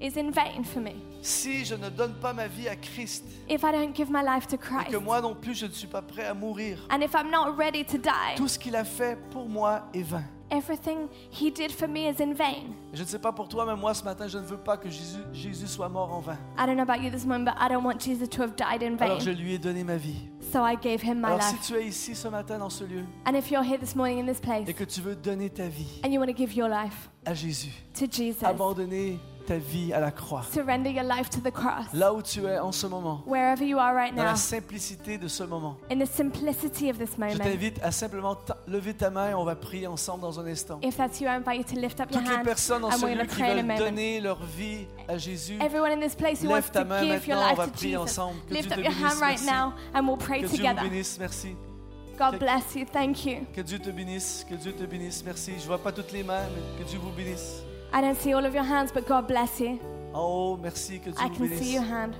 Speaker 3: is in vain for me.
Speaker 2: Si je ne donne pas ma vie à Christ
Speaker 3: If I don't give my life to
Speaker 2: et que
Speaker 3: Christ,
Speaker 2: moi non plus je ne suis pas prêt à mourir,
Speaker 3: and if I'm not ready to die,
Speaker 2: tout ce qu'il a fait pour moi est vain.
Speaker 3: everything He did for me is in vain.
Speaker 2: Je ne sais pas pour toi, mais moi ce matin, je ne veux pas que Jésus, Jésus soit mort en vain.
Speaker 3: I don't know about you this morning, but I don't want Jesus to have died in
Speaker 2: Alors je
Speaker 3: vain.
Speaker 2: lui ai donné ma vie.
Speaker 3: So I gave him my
Speaker 2: Alors si
Speaker 3: Ben. life.
Speaker 2: tu es ici ce matin dans ce lieu
Speaker 3: And if you're here this morning in this place
Speaker 2: et que tu veux donner ta vie
Speaker 3: and you want to give your life
Speaker 2: à Jésus,
Speaker 3: to Jesus,
Speaker 2: abandonner ta vie à la croix.
Speaker 3: Surrender your life to the cross.
Speaker 2: Là où tu es en ce moment,
Speaker 3: Wherever you are right
Speaker 2: dans la
Speaker 3: now,
Speaker 2: simplicité de ce moment.
Speaker 3: in the simplicity of this
Speaker 2: Je
Speaker 3: moment,
Speaker 2: t'invite à simplement t- lever ta main, on va prier ensemble dans un instant.
Speaker 3: if that's you, I invite you to lift up your
Speaker 2: Toutes les
Speaker 3: hand.
Speaker 2: personnes en
Speaker 3: and
Speaker 2: ce
Speaker 3: we're
Speaker 2: lieu
Speaker 3: gonna
Speaker 2: qui
Speaker 3: pray in a
Speaker 2: veulent
Speaker 3: moment.
Speaker 2: donner leur vie à Jésus,
Speaker 3: Everyone in this place who
Speaker 2: lève
Speaker 3: wants
Speaker 2: ta
Speaker 3: to
Speaker 2: main
Speaker 3: give your
Speaker 2: maintenant, on va
Speaker 3: life to
Speaker 2: prier
Speaker 3: Jesus,
Speaker 2: ensemble. Que Dieu
Speaker 3: lift
Speaker 2: te
Speaker 3: up your hand
Speaker 2: bénisse,
Speaker 3: right
Speaker 2: merci.
Speaker 3: now and we'll pray
Speaker 2: Que Dieu vous
Speaker 3: together.
Speaker 2: bénisse, merci. Que-
Speaker 3: God bless you. Thank you.
Speaker 2: Que Dieu te bénisse, que Dieu te bénisse, merci. Je vois pas toutes les mains, mais que Dieu vous bénisse.
Speaker 3: I don't see all of your hands, but God bless you.
Speaker 2: En haut, merci, que Dieu vous
Speaker 3: I can see
Speaker 2: bénisse.
Speaker 3: your hand.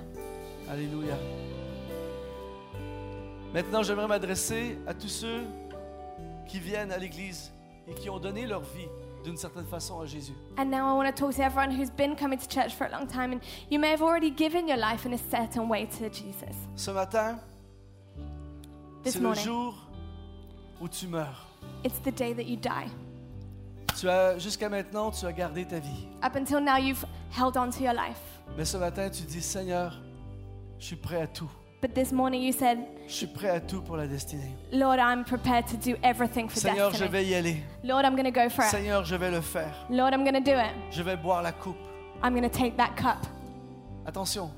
Speaker 2: Alléluia. Maintenant, j'aimerais m'adresser à tous ceux qui viennent à l'Église et qui ont donné leur vie d'une certaine façon à Jésus.
Speaker 3: And now I want to talk to everyone who's been coming to church for a long time, and you may have already given your life in a certain way to Jesus.
Speaker 2: Ce matin,
Speaker 3: This
Speaker 2: c'est le
Speaker 3: morning,
Speaker 2: jour où tu meurs.
Speaker 3: it's the day that you die.
Speaker 2: Tu as jusqu'à maintenant, tu as gardé ta vie.
Speaker 3: Up until now, you've held on to your life.
Speaker 2: Mais ce matin, tu dis Seigneur, je suis prêt à tout.
Speaker 3: But this morning, you said,
Speaker 2: Je suis prêt à tout pour la destinée.
Speaker 3: Lord, I'm prepared to do everything for
Speaker 2: Seigneur, je
Speaker 3: destiny.
Speaker 2: vais y aller.
Speaker 3: Lord, I'm going to go for it.
Speaker 2: Seigneur, je vais le faire.
Speaker 3: Lord, I'm going to do it.
Speaker 2: Je vais boire la coupe.
Speaker 3: I'm going to take that cup.
Speaker 2: Attention,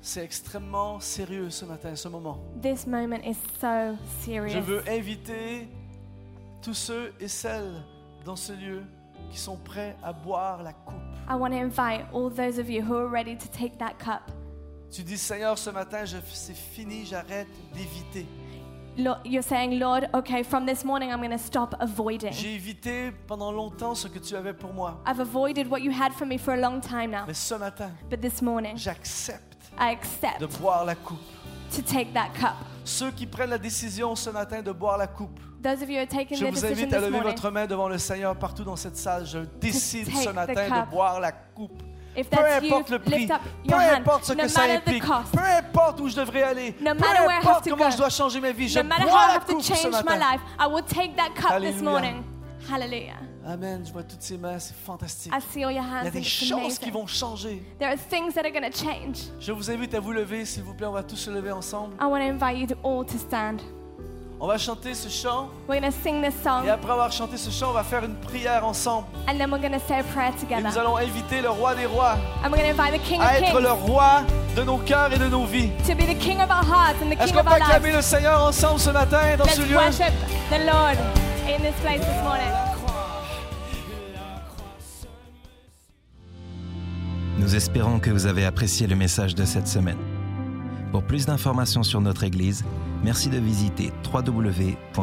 Speaker 2: c'est extrêmement sérieux ce matin, ce moment.
Speaker 3: This moment is so
Speaker 2: Je
Speaker 3: serious.
Speaker 2: veux inviter tous ceux et celles dans ce lieu qui sont prêts à boire la coupe.
Speaker 3: I want to invite all those of you who are ready to take that cup.
Speaker 2: Tu dis, Seigneur, ce matin, je- c'est fini, j'arrête d'éviter.
Speaker 3: Lo- You're saying, Lord, okay, from this morning, I'm going to stop avoiding.
Speaker 2: J'ai évité pendant longtemps ce que tu avais pour moi.
Speaker 3: I've avoided what you had for me for a long time now.
Speaker 2: Mais ce matin,
Speaker 3: But this morning,
Speaker 2: j'accepte
Speaker 3: I accept
Speaker 2: de boire la coupe.
Speaker 3: to take that cup.
Speaker 2: Ceux qui prennent la décision ce matin de boire la coupe,
Speaker 3: Those of you who are taking
Speaker 2: je
Speaker 3: the
Speaker 2: vous
Speaker 3: decision
Speaker 2: invite à
Speaker 3: this
Speaker 2: lever
Speaker 3: morning,
Speaker 2: votre main devant le Seigneur partout dans cette salle. Je décide
Speaker 3: take
Speaker 2: ce
Speaker 3: the
Speaker 2: matin
Speaker 3: cup.
Speaker 2: de boire la coupe.
Speaker 3: if
Speaker 2: Peu
Speaker 3: that's you,
Speaker 2: importe le prix,
Speaker 3: lift up
Speaker 2: peu
Speaker 3: your hand.
Speaker 2: importe ce
Speaker 3: no
Speaker 2: que ça
Speaker 3: matter the
Speaker 2: implique,
Speaker 3: cost,
Speaker 2: peu importe où je devrais aller,
Speaker 3: No
Speaker 2: peu
Speaker 3: matter where I have
Speaker 2: importe
Speaker 3: to
Speaker 2: comment
Speaker 3: go,
Speaker 2: je dois changer ma vie, je
Speaker 3: no matter
Speaker 2: bois
Speaker 3: how I
Speaker 2: la
Speaker 3: have to
Speaker 2: coupe ce
Speaker 3: change my
Speaker 2: matin.
Speaker 3: life, I will take that cup this
Speaker 2: Alléluia.
Speaker 3: morning. Hallelujah.
Speaker 2: Amen, je vois toutes ces mains, c'est fantastique.
Speaker 3: I see all your
Speaker 2: Il y
Speaker 3: hands.
Speaker 2: a des
Speaker 3: and it's
Speaker 2: choses qui
Speaker 3: amazing.
Speaker 2: vont changer.
Speaker 3: There are things that are going to change.
Speaker 2: Je vous invite à vous lever, s'il vous plaît, on va tous se lever ensemble.
Speaker 3: I want to invite you to all to stand.
Speaker 2: On va chanter ce chant
Speaker 3: We're going to sing this
Speaker 2: et
Speaker 3: song,
Speaker 2: après avoir chanté ce chant, on va faire une prière ensemble.
Speaker 3: and then we're going to say a prayer
Speaker 2: Et nous
Speaker 3: together.
Speaker 2: allons inviter le roi des rois
Speaker 3: And we're going to invite the King of
Speaker 2: à être le
Speaker 3: Kings
Speaker 2: roi de nos cœurs et de nos vies.
Speaker 3: to be the King of our hearts and the
Speaker 2: Est-ce
Speaker 3: King
Speaker 2: qu'on
Speaker 3: of
Speaker 2: peut
Speaker 3: our lives.
Speaker 2: acclamer le Seigneur ensemble ce matin dans
Speaker 3: Let's
Speaker 2: ce lieu?
Speaker 3: worship the Lord in this place this morning.
Speaker 1: Nous espérons que vous avez apprécié le message de cette semaine. Pour plus d'informations sur notre Église, merci de visiter www.ilson.fr.